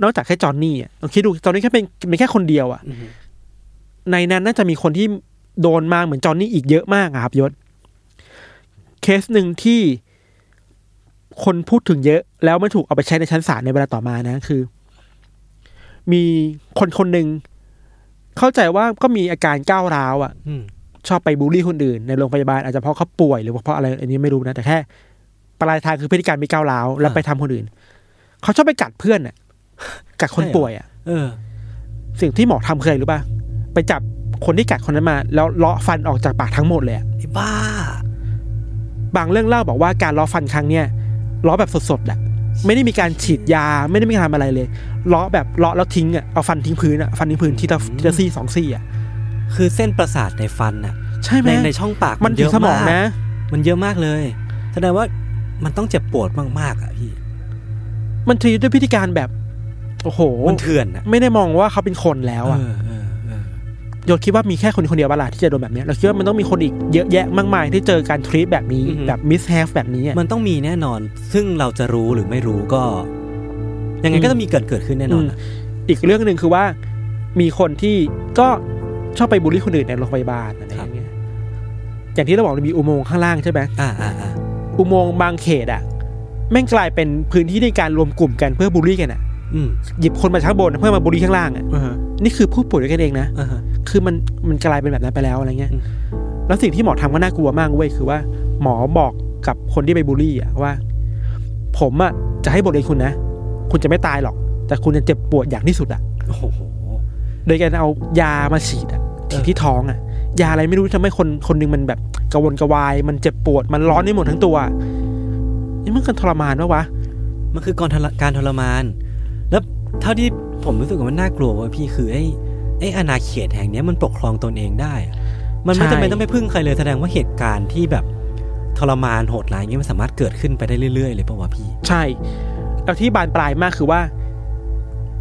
B: นอกจากแค่จอห์นนี่อะลองคิดดูจอห์นนี่แค่เป็นเป็นแค่คนเดียวอะ
A: อือฮึ
B: ในนั้นน่าจะมีคนที่โดนมาเหมือนจอห์นนี่อีกเยอะมากอะครับยศ เคสหนึ่งที่คนพูดถึงเยอะ แล้วมันถูกเอาไปใช้ในชั้นศาลในเวลาต่อมานะ คือ มีคนคนหนึ่งเข้าใจว่าก็มีอาการก้าวร้าวอะ่ะ
A: อืม
B: ชอบไปบูลลี่คนอื่น ในโรงพยาบาลอาจจะเพราะเขาป่วยหรือว่าเพราะอะไรอันนี้ไม่รู้นะ แต่แค่ปลายทางคือพฤติกรรมมีก้าวร้าวแล้วไปทำคนอื่น เขาชอบไปกัดเพื่อนอ่ะ กัดคนป่วยอ่ะ
A: เออ
B: สิ่งที่หมอทำคืออะไรรู้ป่ะไปจับคนที่กัดคนนั้นมา แล้วเลาะฟันออกจากปากทั้งหมดเลยอะ
A: ไอ้บ้า
B: บางเรื่องเล่าบอกว่าการล้อฟันครั้งเนี้ยล้อแบบสดๆอะไม่ได้มีการฉีดยาไม่ได้มีการทำอะไรเลยล้อแบบล้อแล้วทิ้งอะเอาฟันทิ้งพื้นอะฟันทิ้งพื้นทีละทีละซี่สองซี่อะ
A: คือเส้นประสาทในฟันอ่ะ
B: ใช่ไหม
A: ในในช่องปาก
B: มันถึ
A: เย
B: ง
A: อะ
B: สมอง
A: าก
B: นะ
A: มันเยอะมากเลย แสดงว่ามันต้องเจ็บปวดมากๆอ่ะพี่
B: มันทีด้วยพิธีการแบบ โอ้โห
A: มันเถื่อนอ่ะ
B: ไม่ได้มองว่าเขาเป็นคนแล้วอะ
A: เออเออเออ
B: โยคิดว่ามีแค่คนคนเดียวบ้าล่ะที่จะโดนแบบเนี้ยเราคิดว่ามันต้องมีคนอีกเยอะแยะมากมายที่เจอการทรีตแบบนี้
A: อือฮึ
B: แบบมิสแฮฟแบบนี้อะ
A: มันต้องมีแน่นอน ซึ่งเราจะรู้หรือไม่รู้ก็ ยังไง
B: อืม
A: ก็ต้องมีเกิดเกิดขึ้นแน่นอนอะ
B: อีกเรื่องหนึ่งคือว่ามีคนที่ก็ชอบไปบูลลี่คนอื่นในโรงพยาบาลอะไรอย่างเงี้ยอย่างที่เราบอกมันมีอุโมงค์ข้างล่างใช่ไหม
A: อ่าอ่าอ่า
B: อุโมงค์บางเขตอะแม่งกลายเป็นพื้นที่ในการรวมกลุ่มกันเพื่อบูลลี่กันอะ
A: อืม
B: หยิบคนมาจากข้างบนเพื่อมาบูลลี่ข้างล่างอะ
A: อ่า
B: นี่คือผู้ป่วยด้วยกันเองนะ
A: อ่า
B: คือมันมันกลายเป็นแบบนั้นไปแล้วอะไรเงี้ย
A: อืม
B: แล้วสิ่งที่หมอทำก็น่ากลัวมากเว้ยคือว่า หมอบอกกับคนที่ไปบูลลี่อะว่า ผมอะจะให้บทเรียนคุณนะ คุณจะไม่ตายหรอก แต่คุณจะเจ็บปวดอย่างที่สุดอะ
A: โอ้โห
B: โดยการเอายามาฉีดอะฉีดที่ท้องอะยาอะไรไม่รู้ทำให้คนคนหนึงมันแบบกระวนกระวาย มันเจ็บปวดมันร้อนไปหมดทั้งตัวนี่มันกันทรมานปะวะ
A: มันคือการทรการทรมาน แล้วเท่าที่ผมรู้สึกว่ามันน่ากลัวเว่าพี่คือไอ้ไอ้อาณาเขตแห่งเนี้ยมันปกครองตนเองได้อะมันไม่
B: ใช่
A: จำเป็นต้องไปพึ่งใครเลยแสดงว่าเหตุการณ์ที่แบบทรมานโหดร้ายอย่างเงี้ยมันสามารถเกิดขึ้นไปได้เรื่อยๆเลยป่าวะพี่
B: ใช่ แล้วที่บานปลายมากคือว่า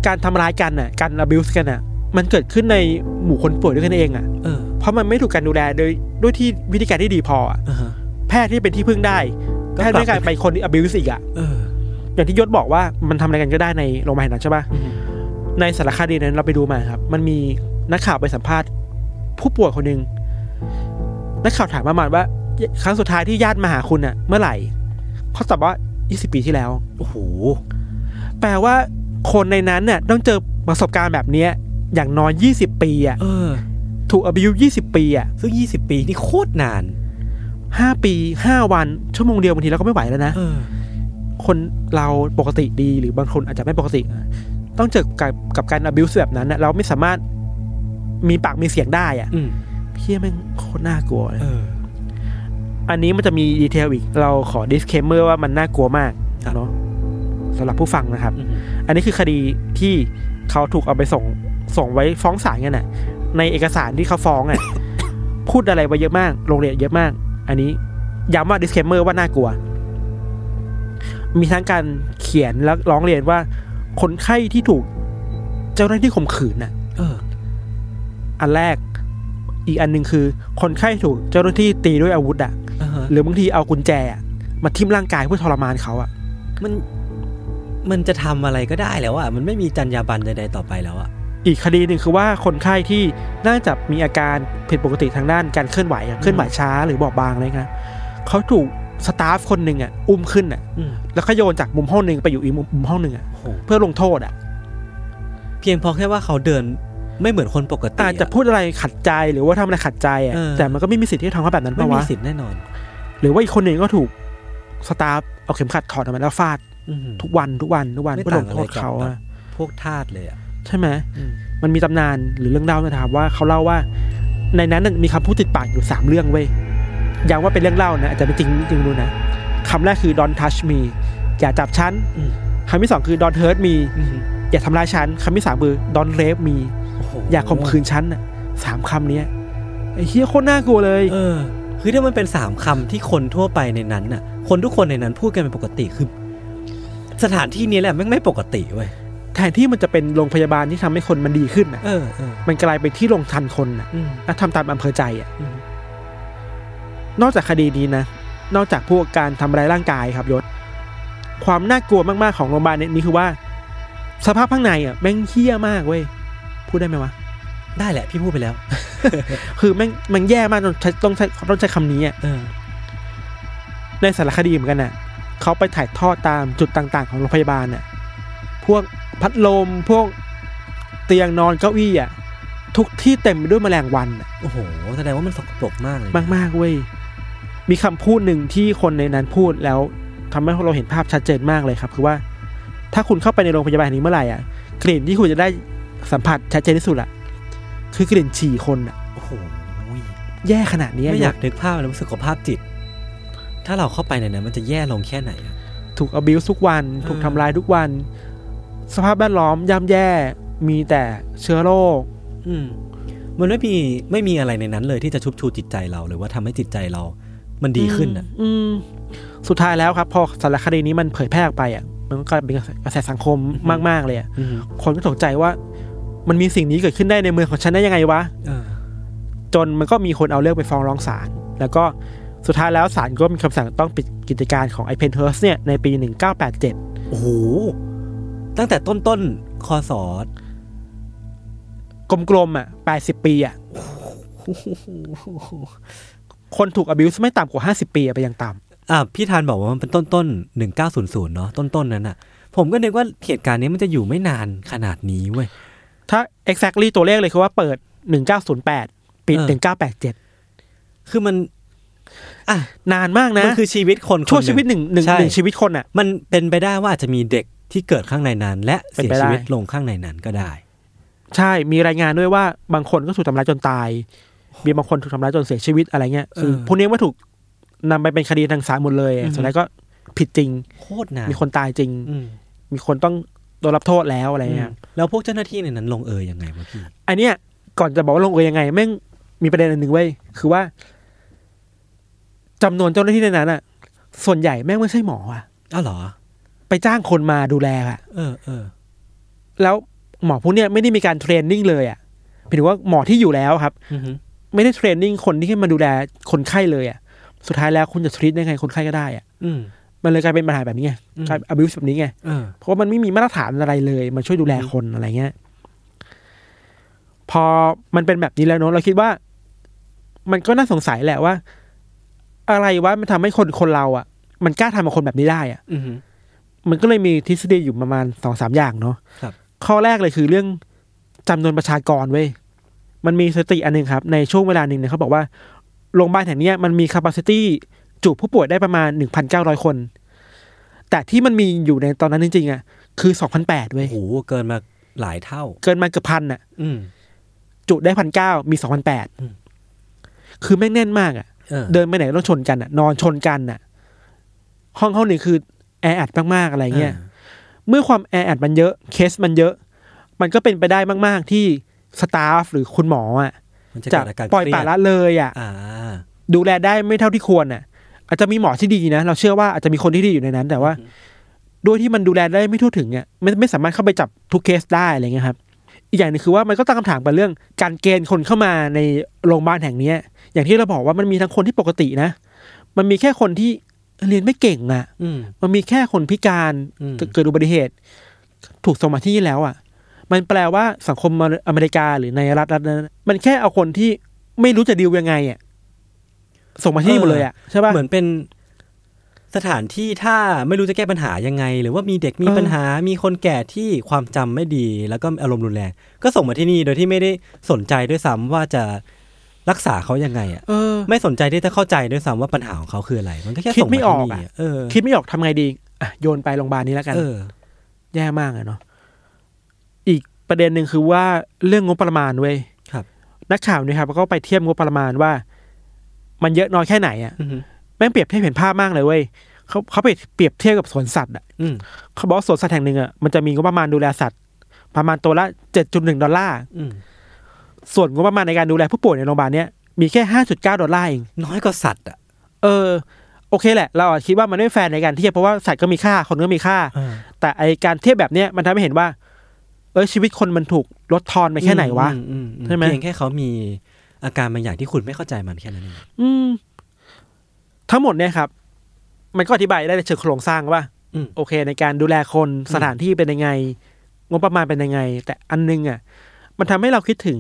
B: การทำร้ายกันน่ะ การ abuse กันน่ะ มันเกิดขึ้นในหมู่คนป่วยด้วยกันเองอ่ะ
A: เออ
B: เพราะมันไม่ถูกการดูแลโดยด้วยที่วิธีการที่ดีพออะ
A: อ่าฮะ
B: แพทย์ที่เป็นที่พึ่งได้
A: ก็
B: แพทย์
A: กลับ
B: ด้วยการไปคนที่ abuse อีกอ่ะ
A: เออ
B: อย่างที่ยศบอกว่ามันทำอะไรกันก็ได้ในโรงพยาบาลนั้นใช่ปะ
A: อือฮึ
B: ในสารคดีนั้นเราไปดูมาครับ มันมีนักข่าวไปสัมภาษณ์ ผู้ป่วยคนหนึ่งนักข่าวถามประมาณว่า ครั้งสุดท้ายที่ญาติมาหาคุณอ่ะ เมื่อไหร่เขาตอบว่า 20 ปีที่แล้ว
A: โอ้โห
B: แปลว่าคนในนั้นน่ะต้องเจอประสบการณ์แบบเนี้ยอย่างน้อย 20 ปีอ่ะ
A: เออ
B: ถูกอบิว20 ปีอ่ะ
A: ซึ่งยี่สิบปีนี่โคตรนาน
B: 5ปี 5 วัน ชั่วโมงเดียวบางทีเราก็ไม่ไหวแล้วนะ
A: เออ
B: คนเราปกติดีหรือบางคนอาจจะไม่ปกติ ต้องเจอกับกับการอบิวแบบนั้นน่ะเราไม่สามารถมีปากมีเสียงได้อ่ะ
A: อืม
B: เพี้ยแม่งโคตรน่ากลัวเลย
A: เออ
B: อันนี้มันจะมีดีเทลอีก เราขอ disclaimer ว่ามันน่ากลัวมาก
A: ครับ
B: เนาะสำหรับผู้ฟังนะครับ
A: อืม
B: อันนี้คือคดีที่เขาถูกเอาไปส่งส่งไว้ฟ้องศาลกันน่ะ ในเอกสารที่เขาฟ้องอ่ะ พูดอะไรไว้เยอะมากลงเรียนเยอะมาก อันนี้ย้ำว่า disclaimer ว่าน่ากลัว มีทั้งการเขียนและร้องเรียนว่า คนไข้ที่ถูกเจ้าหน้าที่ข่มขืนน่ะ
A: เออ
B: อันแรกอีกอันหนึ่งคือ คนไข้ถูกเจ้าหน้าที่ตีด้วยอาวุธอ่ะ
A: อ่าฮะ
B: หรือบางทีเอากุญแจอะมาทิ่มร่างกายเพื่อทรมานเขาอ่ะ
A: มัน มันจะทำอะไรก็ได้แล้วอะมันไม่มีจรรยาบรรณใดๆต่อไปแล้วอะ
B: อีกคดีหนึ่งคือว่าคนไข้ที่น่าจะมีอาการผิดปกติทางด้านการเคลื่อนไหวอะเคลื่อนไหวช้าหรือบอบบางอะไรเงี้ยเขาถูกสตาฟคนหนึ่งอ่ะอุ้มขึ้นอ่ะ
A: อืม
B: แล้วก็โยนจากมุมห้องหนึ่งไปอยู่อีกมุมมุมห้องหนึ่งอ่ะ
A: โอ้โห
B: เพื่อลงโทษอ่ะ
A: เพียงพอแค่ว่าเขาเดินไม่เหมือนคนปกติ
B: อาจจะพูดอะไรขัดใจหรือว่าทำอะไรขัดใจอ่ะ
A: เออ
B: แต่มันก็ไม่มีสิทธิ์ที่จะทำเขาแบบนั้น
A: ไม่
B: ปะ
A: มี
B: วะ
A: สิทธิ์แน่นอน
B: หรือว่าอีกคนหนึ่งก็ถูกสตาฟเอาเข็มขัดถอดออกมาแล้วฟาดทุ
A: ทุก
B: กวันทุกวันทุกวัน
A: ไม่
B: เพื่อล
A: ต่าง
B: ง
A: อะไร
B: โทษ
A: กับ
B: เขา
A: แบ
B: อะ
A: บ พวกทาสเลยอะ
B: ใช่ไหม มันมีตำนานหรือเรื่องเล่านะครับว่าเขาเล่าว่า ในนั้นนะมีคำพูดติดปากอยู่สามเรื่องเว้ยย้ำว่าเป็นเรื่องเล่านะอาจจะเป็นจริงจริงไม่รู้นะคำแรกคือ don't touch me อย่าจับฉัน
A: อืม
B: คำที่สองคือ don't hurt me
A: อืม
B: อย่าทำร้ายฉันคำที่สามคือ don't rape me
A: โโห
B: อย่าข่มขืนฉันน่ะสามคำเนี้ยไอ้เฮียโคตรน่ากลัวเลย
A: เออ คือถ้ามันเป็นสามคำที่คนทั่วไปในนั้นน่ะ คนทุกคนในนั้นพูดกันเป็นปกติคือ สถานที่นี้แหละแม่งไม่ปกติเว้ย
B: แทนที่มันจะเป็นโรงพยาบาลที่ทำให้คนมันดีขึ้นน่ะ
A: เออเออ
B: มันกลายเป็นที่ลงทันคนน่ะ
A: อืม
B: แล้วทำตามอำเภอใจอ่ะ
A: อืม
B: นอกจากคดีนี้นะ นอกจากพวกการทำร้ายร่างกายครับยศ ความน่ากลัวมากๆของโรงพยาบาลเนี่ยนี้คือว่า สภาพข้างในอ่ะแม่งเฮี้ยมากเว้ยพูดได้ไหมวะ
A: ได้แหละพี่พูดไปแล้ว
B: คือแม่งมันแย่มากจนใช้ต้องใช้ต้องใช้คำนี้อ่ะ
A: เออ
B: ในสารคดีเหมือนกันน่ะเขาไปถ่ายทอดตามจุดต่าง ๆ ของโรงพยาบาลน่ะพวกพัดลมพวกเตียงนอนเก้าอี้อ่ะทุกที่เต็มไปด้วยแมลงวันน่ะ
A: โอ้โห แสดงว่ามันสกปรกมากเลย
B: มากๆเว้ยมีคำพูดหนึ่งที่คนในนั้นพูดแล้วทำให้เราเห็นภาพชัดเจนมากเลยครับ คือว่า ถ้าคุณเข้าไปในโรงพยาบาลแห่งนี้เมื่อไหร่อ่ะกลิ่นที่คุณจะได้สัมผัสชัดเจนที่สุดอ่ะคือกลิ่นฉี่คนอ่ะ
A: โอ้โห
B: แย่ขนาดนี้
A: ไม่อยาก
B: โ
A: นึกภาพเลยว่าสุขภาพจิต ถ้าเราเข้าไปในนั้นมันจะแย่ลงแค่ไหนอะ
B: ถูกอบิวทุกวัน
A: เออ
B: ถูกทำลายทุกวัน สภาพแวดล้อมย่ำแย่ มีแต่เชื้อโรค
A: อืมมันไม่มีไม่มีอะไรในนั้นเลยที่จะชุบชูจิตใจเราหรือว่าทำให้จิตใจเรา มันดีขึ้นอ่ะ
B: อืมสุดท้ายแล้วครับ พอสารคดีนี้มันเผยแพร่ออกไปอ่ะ มันก็กลายเป็นกระแสสังคม
A: อือฮึ
B: มาก ๆ เลยอะ
A: อืม
B: คนก็ตกใจว่า มันมีสิ่งนี้เกิดขึ้นได้ในเมืองของฉันได้ยังไงวะ
A: เออ
B: จนมันก็มีคนเอาเรื่องไปฟ้องร้องศาลแล้วก็สุดท้ายแล้วศาลก็มีคำสั่งต้องปิดกิจการของไอเพนเทอร์สเนี่ยในปี 1987
A: โอ้โห ตั้งแต่ต้นต้นคอสอก
B: ลมๆอ่ะ 80 ปีอ่ะ คนถูกอบิวไม่ต่ำกว่า 50 ปีอะไปยังต่
A: อ่ะพี่ทานบอกว่ามันเป็นต้นต้นหนึ่งเก้าศูนย์ศูนย์เนาะต้นต้นนั้นอ่ะ ผมก็นึกว่าเหตุการณ์นี้มันจะอยู่ไม่นานขนาดนี้เว้ย
B: ำถ้า exactly ตัวเลขเลยคือว่าเปิด 1908 ปิด
A: เออ
B: 1987
A: คือมัน อ่ะ
B: นานมากนะ
A: มันคือชีวิตคนคน
B: ช่วงชีวิตหนึ่งหนึ่ง
A: ใช่
B: หนึ่งชีวิตคนอ่ะ
A: มันเป็นไปได้ว่าอาจจะมีเด็กที่เกิดข้างในนั้น และเสีย
B: เป็นไปได้
A: ชีวิตลงข้างในนั้นก็ได้
B: ใช่ มีรายงานด้วยว่าบางคนก็ถูกทำร้ายจนตาย มีบางคนถูกทำร้ายจนเสียชีวิตอะไรเงี้ย คือ
A: เออ
B: พวกนี้ว่าถูกนำไปเป็นคดีทางศาลหมดเลย
A: อือฮึ
B: สุดท้ายก็ผิดจริง
A: โคตรนาน
B: มีคนตายจริง
A: อืม
B: มีคนต้องโดนรับโทษแล้วอะไรเงี้ย
A: แล้วพวกเจ้าหน้าที่ในนั้นลงเอยยังไงวะพี่
B: อันเนี้ยก่อนจะบอกว่าลงเอยยังไงแม่งมีประเด็นอันหนึ่งเว้ยคือว่าจำนวนเจ้าหน้าที่ในนั้นอะส่วนใหญ่แม่งไม่ใช่หมออะ
A: อ้าวเหรอ
B: ไปจ้างคนมาดูแลอะ
A: เออเออ
B: แล้วหมอพวกเนี้ยไม่ได้มีการเทรนนิ่งเลยอะหมายถึงว่าหมอที่อยู่แล้วครับ
A: อือหือ
B: ไม่ได้เทรนนิ่งคนที่ให้มาดูแลคนไข้เลยอะสุดท้ายแล้วคุณจะทรีตได้ไงคนไข้ก็ได้อะ
A: อืม
B: มันเลยกลายเป็นปัญหาแบบนี้ไง
A: อืม
B: กลายอบิวแบบนี้ไง
A: เออ
B: เพราะว่ามันไม่มีมาตรฐานอะไรเลยมาช่วยดูแลคนอะไรเงี้ย พอมันเป็นแบบนี้แล้วเนอะเราคิดว่า มันก็น่าสงสัยแหละว่า อะไรวะมันทำให้คนคนเราอะ่ะ มันกล้าทำกับคนแบบนี้ได้อะ่ะ
A: อือหือ
B: มันก็เลยมีทฤษฎีอยู่ประมาณสองสามอย่างเนาะ
A: ครับ
B: ข้อแรกเลยคือเรื่องจำนวนประชากรเว้ยมันมีสถิติอันหนึ่งครับ ในช่วงเวลาหนึ่งเนี่ยเขาบอกว่าโรงพยาบาลแห่งเนี้ยมันมี capacity จุผู้ป่วยได้ประมาณหนึ่งพันเก้าร้อยคน แต่ที่มันมีอยู่ในตอนนั้นจริงๆอ่ะคือสองพันแปดเว้ย
A: โอ้โหเกินมาหลายเท่า
B: เกินมาเกือบพันอ่ะ
A: อืม
B: จุได้พันเก้ามีสองพันแปด
A: อืม
B: คือแม่งแน่นมากอ่ะ
A: เออ
B: เดินไปไหนก็ต้องชนกันอ่ะ นอนชนกันอ่ะ ห้องห้องหนึ่งคือแออัดมากๆอะไรเงี้ย เมื่อความแออัดมันเยอะ เคสมันเยอะ มันก็เป็นไปได้มาก ๆ ที่สตาฟหรือคุณหมออ่ะ
A: มันจะ
B: จะ
A: เกิดอาการ
B: ปล่อย
A: เครี
B: ปละ
A: ด
B: ละเลยอ่ะ
A: อ่า
B: ดูแลได้ไม่เท่าที่ควรอ่ะ อาจจะมีหมอที่ดีนะ เราเชื่อว่าอาจจะมีคนที่ดีอยู่ในนั้น แต่ว่า ด้วยที่มันดูแลได้ไม่ทั่วถึงเนี่ยไม่ไม่สามารถเข้าไปจับทุกเคสได้อะไรเงี้ยครับ อีกอย่างหนึงคือว่ามันก็ตั้งคำถามกับเรื่องการเกณฑ์คนเข้ามาในโรงพยาบาลแห่งเนี้ย อย่างที่เราบอกว่ามันมีทั้งคนที่ปกตินะ มันมีแค่คนที่เรียนไม่เก่งอ่ะ
A: อืม
B: มันมีแค่คนพิการ
A: อืม
B: เกิดอุบัติเหตุ ถูกส่งมาที่นี่แล้วอ่ะ มันแปลว่าสังคมอเมริกาหรือในรัฐรัฐนั้นมันแค่เอาคนที่ไม่รู้จะดีลยังไงอ่ะส่งมาที่นี่หมดเลยอ่ะใช่ป่ะ
A: เหมือนเป็นสถานที่ถ้าไม่รู้จะแก้ปัญหายังไง หรือว่ามีเด็กมี
B: เออ
A: ปัญหา มีคนแก่ที่ความจำไม่ดี แล้วก็อารมณ์รุนแรง ก็ส่งมาที่นี่โดยที่ไม่ได้สนใจด้วยซ้ำว่าจะรักษาเขายังไงอ่ะ
B: เออ
A: ไม่สนใจที่จะเข้าใจด้วยซ้ำว่าปัญหาของเขาคืออะไร มันก็แค่
B: คิด
A: ส่งมา
B: ไม่ออก
A: ที่นี่
B: อะ
A: อะเออ
B: คิดไม่ออกทำไงดีอ่ะโยนไปโรงพยาบาลนี้แล้วกัน
A: เออ
B: แย่มากเลยเนาะ อีกประเด็นหนึ่งคือว่าเรื่องงบประมาณเว้ย
A: ครับ
B: นักข่าวเนี่ยครับก็ไปเทียบงบประมาณว่า มันเยอะน้อยแค่ไหนอ่ะ
A: อืม
B: แม่งเปรียบเทียบเห็นภาพมากเลยเว้ยเขาเขาไปเปรียบเทียบกับสวนสัตว์อ่ะ
A: อืม
B: เขาบอกว่าสวนสัตว์แห่งหนึ่งอ่ะมันจะมีงบประมาณดูแลสัตว์ ประมาณตัวละ 7.1 ดอลลาร์
A: อืม
B: ส่วนงบประมาณในการดูแลผู้ป่วยในโรงพยาบาลเนี้ยมีแค่ 5.9 ดอลลาร์เอง
A: น้อยกว่าสัตว์อ่ะ
B: เออ โอเคแหละ เราอาจคิดว่ามันไม่แฟร์ในการเทียบเพราะว่าสัตว์ก็มีค่าคนก็มีค่า แต่ไอการเทียบแบบเนี้ยมันทำให้เห็นว่า เออชีวิตคนมันถูกลดทอนไปแค่ไหนวะ
A: อืมอืมอื
B: ใช่ไหม
A: เพียงแค่เขามีอาการบางอย่างที่คุณไม่เข้าใจมันแค่นั้นเอง
B: อืม ทั้งหมดเนี่ยครับ มันก็อธิบายได้ในเชิงโครงสร้างว่า
A: อืม
B: โอเค ในการดูแลคนสถานที่เป็นยังไง งบประมาณเป็นยังไง แต่อันนึงอ่ะ มันทำให้เราคิดถึง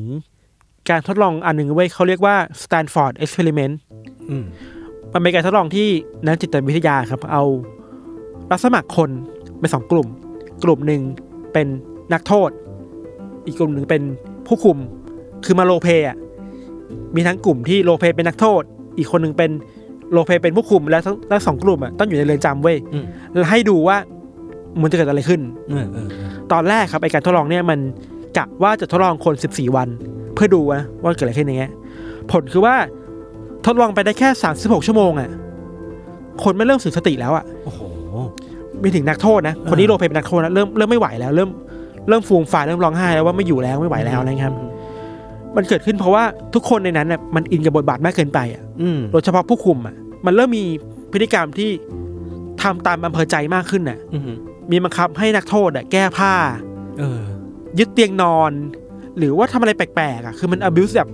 B: การทดลองอันหนึ่งเว้ยเขาเรียกว่า Stanford Experiment
A: อืม
B: มันเป็นการทดลองที่นักจิตวิทยาครับ เอารับสมัครคนเป็นสองกลุ่ม กลุ่มหนึ่งเป็นนักโทษ อีกกลุ่มหนึ่งเป็นผู้คุม คือมาโลเปอ่ะมีทั้งกลุ่มที่โลเปเป็นนักโทษ อีกคนหนึ่งเป็นโลเปเป็นผู้คุม แล้วทั้งทั้งสองกลุ่มอ่ะต้องอยู่ในเรือนจำเว้ย
A: อืม
B: แล้วให้ดูว่ามันจะเกิดอะไรขึ้น
A: เออเออเออ
B: ตอนแรกครับไอการทดลองเนี่ยมันกะว่าจะทดลองคน 14 วัน เพื่อดูนะว่าเกิดอะไรขึ้นอย่างเงี้ยผลคือว่าทดลองไปได้แค่ 36 ชั่วโมงอะ่ะคนไม่เริ่มสึกสติแล้วอะ่ะ
A: โอ้โห
B: ไม่ถึงนักโทษนะคนที่โรลเพลย์เป็นนักโทษนะเริ่มเริ่มไม่ไหวแล้วเริ่มเริ่มฟูมฟายเริ่มร้องไห้แล้วว่าไม่อยู่แล้วไม่ไหวแล้วนะครับ มันเกิดขึ้นเพราะว่าทุกคนในนั้นน่ะมันอินกับบทบาทมากเกินไปอ่ะ
A: อืม
B: โดยเฉพาะผู้คุมอ่ะมันเริ่มมีพฤติกรรมที่ทำตามอำเภอใจมากขึ้นน่ะ
A: อือหือ
B: มีบังคับให้นักโทษอะแก้ผ้า
A: เออ
B: ยึดเตียงนอน หรือว่าทำอะไรแปลกๆอ่ะคือมัน abuse แบบ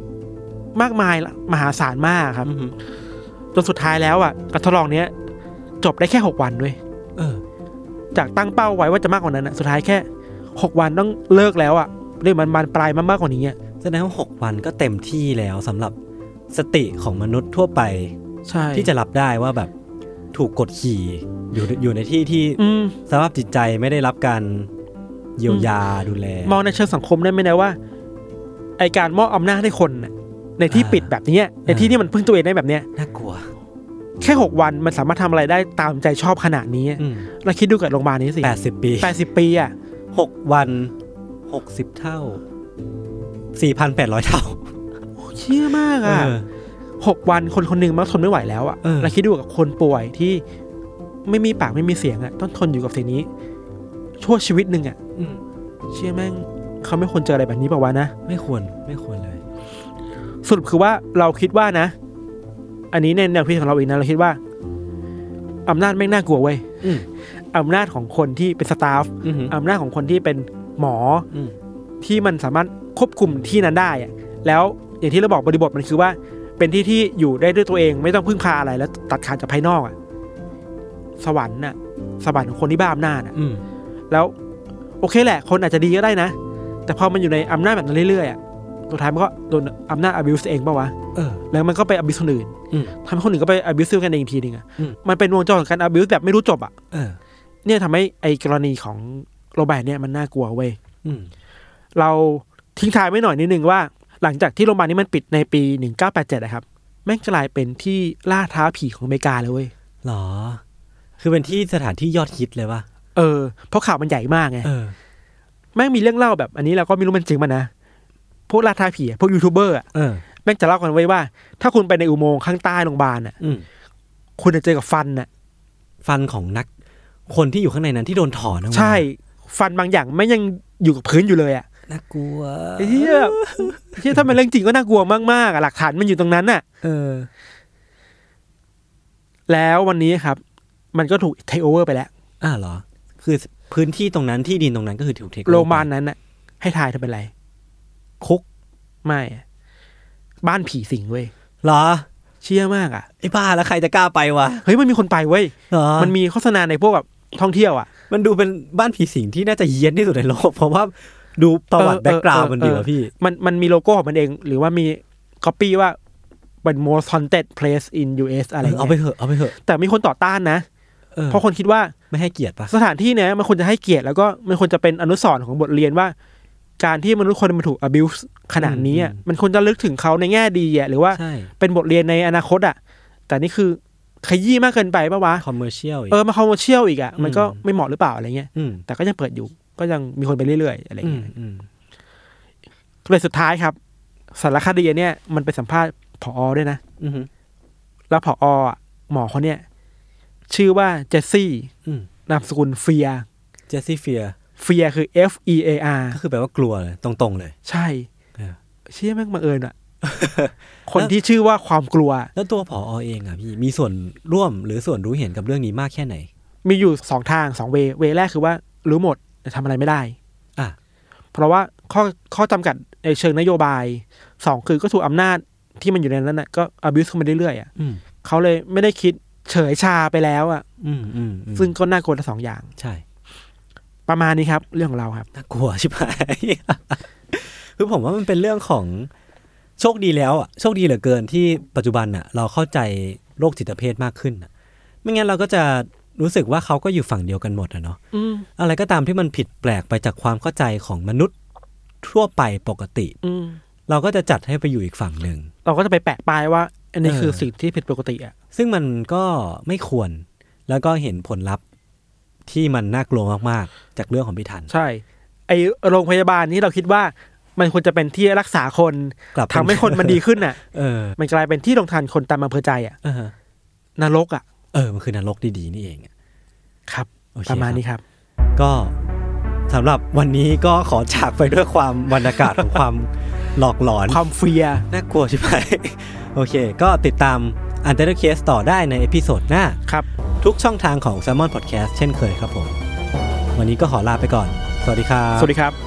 B: มากมายมหาศาลมากครับจนสุดท้ายแล้วอ่ะการทดลองเนี้ยจบได้แค่หกวันด้วย
A: เออ
B: จากตั้งเป้าไว้ว่าจะมากกว่านั้นอะสุดท้ายแค่หกวันต้องเลิกแล้วอะเรื่องมันบานปลายมากๆกว่านี้อะ
A: แสดงว่าหกวันก็เต็มที่แล้วสำหรับสติของมนุษย์ทั่วไป
B: ใช่
A: ที่จะรับได้ว่าแบบถูกกดขี่อยู่อยู่ในที่ที่
B: อืม
A: สภาพจิตใจไม่ได้รับการเยียวยาดูแล
B: มองในเชิงสังคมได้ไหมนะว่า ไอการมอบอำนาจให้คนน่ะในที่
A: อ่า
B: ปิดแบบเนี้ยในที่
A: อ่า
B: ที่มันพึ่งตัวเองได้แบบเนี้ย
A: น่ากลัว
B: แค่หกวันมันสามารถทำอะไรได้ตามใจชอบขนาดนี้เราคิดดูกับโรงพยาบาลนี้สิ
A: แปดสิบปี
B: แปดสิบปีอะ
A: หกวันหกสิบเท่าสี่พันแปดร้อยเท่า
B: โอ้เชื่อมากอะ
A: เออ
B: หกวันคนคนหนึ่งมันก็ทนไม่ไหวแล้วอะ
A: เออ
B: เราคิดดูกับคนป่วยที่ไม่มีปากไม่มีเสียงอะต้องทนอยู่กับสิ่งนี้ ชั่วชีวิตหนึ่งอะ
A: อืม
B: เชื่อแม่งเขาไม่ควรเจออะไรแบบนี้เปล่าวะนะ
A: ไม่ควรไม่ควรเลย
B: สรุปคือว่าเราคิดว่านะ อันนี้ในแนวคิดของเราเองนะเราคิดว่าอำนาจแม่งน่ากลัวเว้ย
A: อืม
B: อำนาจของคนที่เป็นสตาฟ
A: อืม
B: อำนาจของคนที่เป็นหมอ
A: อืม
B: ที่มันสามารถควบคุมที่นั้นได้อะแล้วอย่างที่เราบอกบริบทมันคือว่า เป็นที่ที่อยู่ได้ด้วยตัวเอง ไม่ต้องพึ่งพาอะไร แล้วตัดขาดจากภายนอกอะสวรรค์น่ะ สวรรค์ของคนที่บ้าอำนาจน่ะ
A: อืม
B: แล้วโอเคแหละ คนอาจจะดีก็ได้นะ แต่พอมันอยู่ในอำนาจแบบนั้นเรื่อยๆอะสุดท้ายมันก็โดนอำนาจ abuse เองปะวะ
A: เออ
B: แล้วมันก็ไป abuse คนอื่น
A: อืม
B: ทำให้คนอื่นก็ไป abuse กันเองอีกทีหนึ่งอะ
A: อืม
B: มันเป็นวงจรของการ abuse แบบไม่รู้จบอะ
A: เออ
B: เนี่ยทำให้ไอ้กรณีของโรแบร์ตเนี่ยมันน่ากลัวเว้ย
A: อืม
B: เราทิ้งท้ายไว้หน่อยนิดนึงว่า หลังจากที่โรงพยาบาลนี้มันปิดในปี 1987นะครับ แม่งกลายเป็นที่ล่าท้าผีของอเมริกาเลยเว้ย
A: หรอ คือเป็นที่สถานที่ยอดฮิตเลยป่ะ
B: เออ เพราะข่าวมันใหญ่มากไง
A: เออ
B: แม่งมีเรื่องเล่าแบบอันนี้เราก็ไม่รู้มันจริงมันนะ พวกล่าท้าผีอะพวกยูทูบเบอร์อะ
A: เออ
B: แม่งจะเล่ากันไว้ว่า ถ้าคุณไปในอุโมงค์ข้างใต้โรงพยาบาลน่ะ
A: อืม
B: คุณจะเจอกับฟันน่ะ
A: ฟันของนัก คนที่อยู่ข้างในนั้นที่โดนถอนออกมา
B: ใช่ฟันบางอย่างไม่งยังอยู่กับพื้นอยู่เลยอ่ะ
A: น่ากลัว
B: ไอ้เฮียเฮียถ้ามันเรื่องจริงก็น่ากลัวมากๆอะหลักฐานมันอยู่ตรงนั้นน่ะ
A: เออ
B: แล้ววันนี้ครับ มันก็ถูกเทคโอเวอร์ไปแล้ว
A: อ่าเหรอ คือพื้นที่ตรงนั้นที่ดินตรงนั้นก็คือถูกเทค
B: โรงพยาบาลนั้นน่ะ ให้ทายเธอเป็นไร
A: คุก
B: ไม่อะบ้านผีสิงเว้ย
A: เหรอ
B: เชื่อมากอ่ะ
A: ไอ้บ้าแล้วใครจะกล้าไปวะ
B: เฮ้ยมันมีคนไปเว้ย
A: เหรอ
B: มันมีโฆษณาในพวกแบบท่องเที่ยวอ่ะ
A: มันดูเป็นบ้านผีสิงที่น่าจะเฮี้ยนที่สุดในโลก เพราะว่าดูประวัติ
B: เออ
A: แบ็กกราว
B: เออ
A: มันดี
B: เออ
A: กว่าพี่
B: มันมันมีโลโก้ของมันเอง หรือว่ามีก๊อปปี้ว่าเป็น most haunted place in US อะไร
A: เอาไป
B: เงี้ย
A: เถอะเอาไปเถอะ
B: แต่มีคนต่อต้านนะ
A: เออ
B: เพราะคนคิดว่า
A: ไม่ให้เกียรติปะ
B: สถานที่เนี้ยมันควรจะให้เกียรติแล้วก็มันควรจะเป็นอนุสรณ์ของบทเรียนว่า การที่มนุษย์คนมันถูก abuse ขนาดนี้อะมันควรจะลึกถึงเขาในแง่ดีอะหรือว่า
A: ใช่
B: เป็นบทเรียนในอนาคตอ่ะ แต่นี่คือขยี้มากเกินไปปะวะ
A: คอมเมอร์เชียลอีก
B: เออมาคอมเมอร์เชียลอีกอ่ะมันก็
A: อืม
B: ไม่เหมาะหรือเปล่าอะไรเงี้ย
A: อืม
B: แต่ก็ยังเปิดอยู่ก็ยังมีคนไปเรื่อยๆอะไร
A: อืม
B: เงี้ย
A: อืม
B: เลยสุดท้ายครับสารคดีเนี่ยมันไปสัมภาษณ์ผอด้วยนะ
A: อืม
B: แล้วผออ่ะหมอคนเนี่ยชื่อว่าเจสซี่
A: อืม
B: นามสกุลเฟีย
A: เจสซี่เฟีย
B: เฟียคือ F E A R
A: ก็คือแปลว่ากลัวเลยตรงๆเลย
B: ใช่
A: เออ
B: เชื่อแม่งมาเอิ ญอ่ะ คนที่ชื่อว่าความกลัว
A: แล้วตัวผออเองอะพี่มีส่วนร่วมหรือส่วนรู้เห็นกับเรื่องนี้มากแค่ไหน
B: มีอยู่สองทางสองเวเวแรกคือว่ารู้หมดแต่ทำอะไรไม่ได้
A: อ่ะ
B: เพราะว่าข้อข้อจำกัดในเชิงนโยบายสองคือก็ถูกอำนาจที่มันอยู่ในนั้นน่ะก็ abuse เข้ามาเรื่อยๆอ่ะ
A: อืม
B: เขาเลยไม่ได้คิดเฉยชาไปแล้วอ่ะ
A: อืมอืมอืม
B: ซึ่งก็น่ากลัวทั้งสองอย่าง
A: ใช่
B: ประมาณนี้ครับ เรื่องของเราครับ
A: น่ากลัวชิบหาย คือผมว่ามันเป็นเรื่องของโชคดีแล้วอะโชคดีเหลือเกินที่ปัจจุบันอะเราเข้าใจโรคจิตเภทมากขึ้นอะไม่งั้นเราก็จะรู้สึกว่าเขาก็อยู่ฝั่งเดียวกันหมดอะเนาะ
B: อืม
A: อะไรก็ตามที่มันผิดแปลกไปจากความเข้าใจของมนุษย์ทั่วไปปกติ
B: อืม
A: เราก็จะจัดให้ไปอยู่อีกฝั่งหนึ่ง
B: เราก็จะไปแปะป้ายว่า อันนี้
A: เออ
B: คือสิ่งที่ผิดปกติอ่ะ
A: ซึ่งมันก็ไม่ควร แล้วก็เห็นผลลัพธ์ที่มันน่ากลัวมากๆ จากเรื่องของพี่ทัน
B: ใช่ ไอโรงพยาบาลที่เราคิดว่า มันควรจะเป็นที่รักษาคน
A: กลับเป็
B: ทำให้คนมันดีขึ้นน่ะ
A: เออ
B: มันกลายเป็นที่ลงทานคนตามอำเภอใจอ่ะ
A: อ่าฮะ
B: นรกอ่ะ
A: เออ มันคือนรกดีๆ นี่เองอะ
B: ครับ
A: โอเค
B: ประมาณนี้ครับ
A: ก็สำหรับวันนี้ก็ขอจากไปด้วยความบรรยากาศของความหลอกหลอน
B: ความเฟียร์
A: น่ากลัวใช่ไหม โอเค ก็ติดตาม u n t e r Case ต่อได้ในเอพิโซดหน้า
B: ครับ
A: ทุกช่องทางของ s ซ l m o n Podcast เช่นเคยครับผม วันนี้ก็ขอลาไปก่อน สวัสดีครับ
B: สวัสดีครับ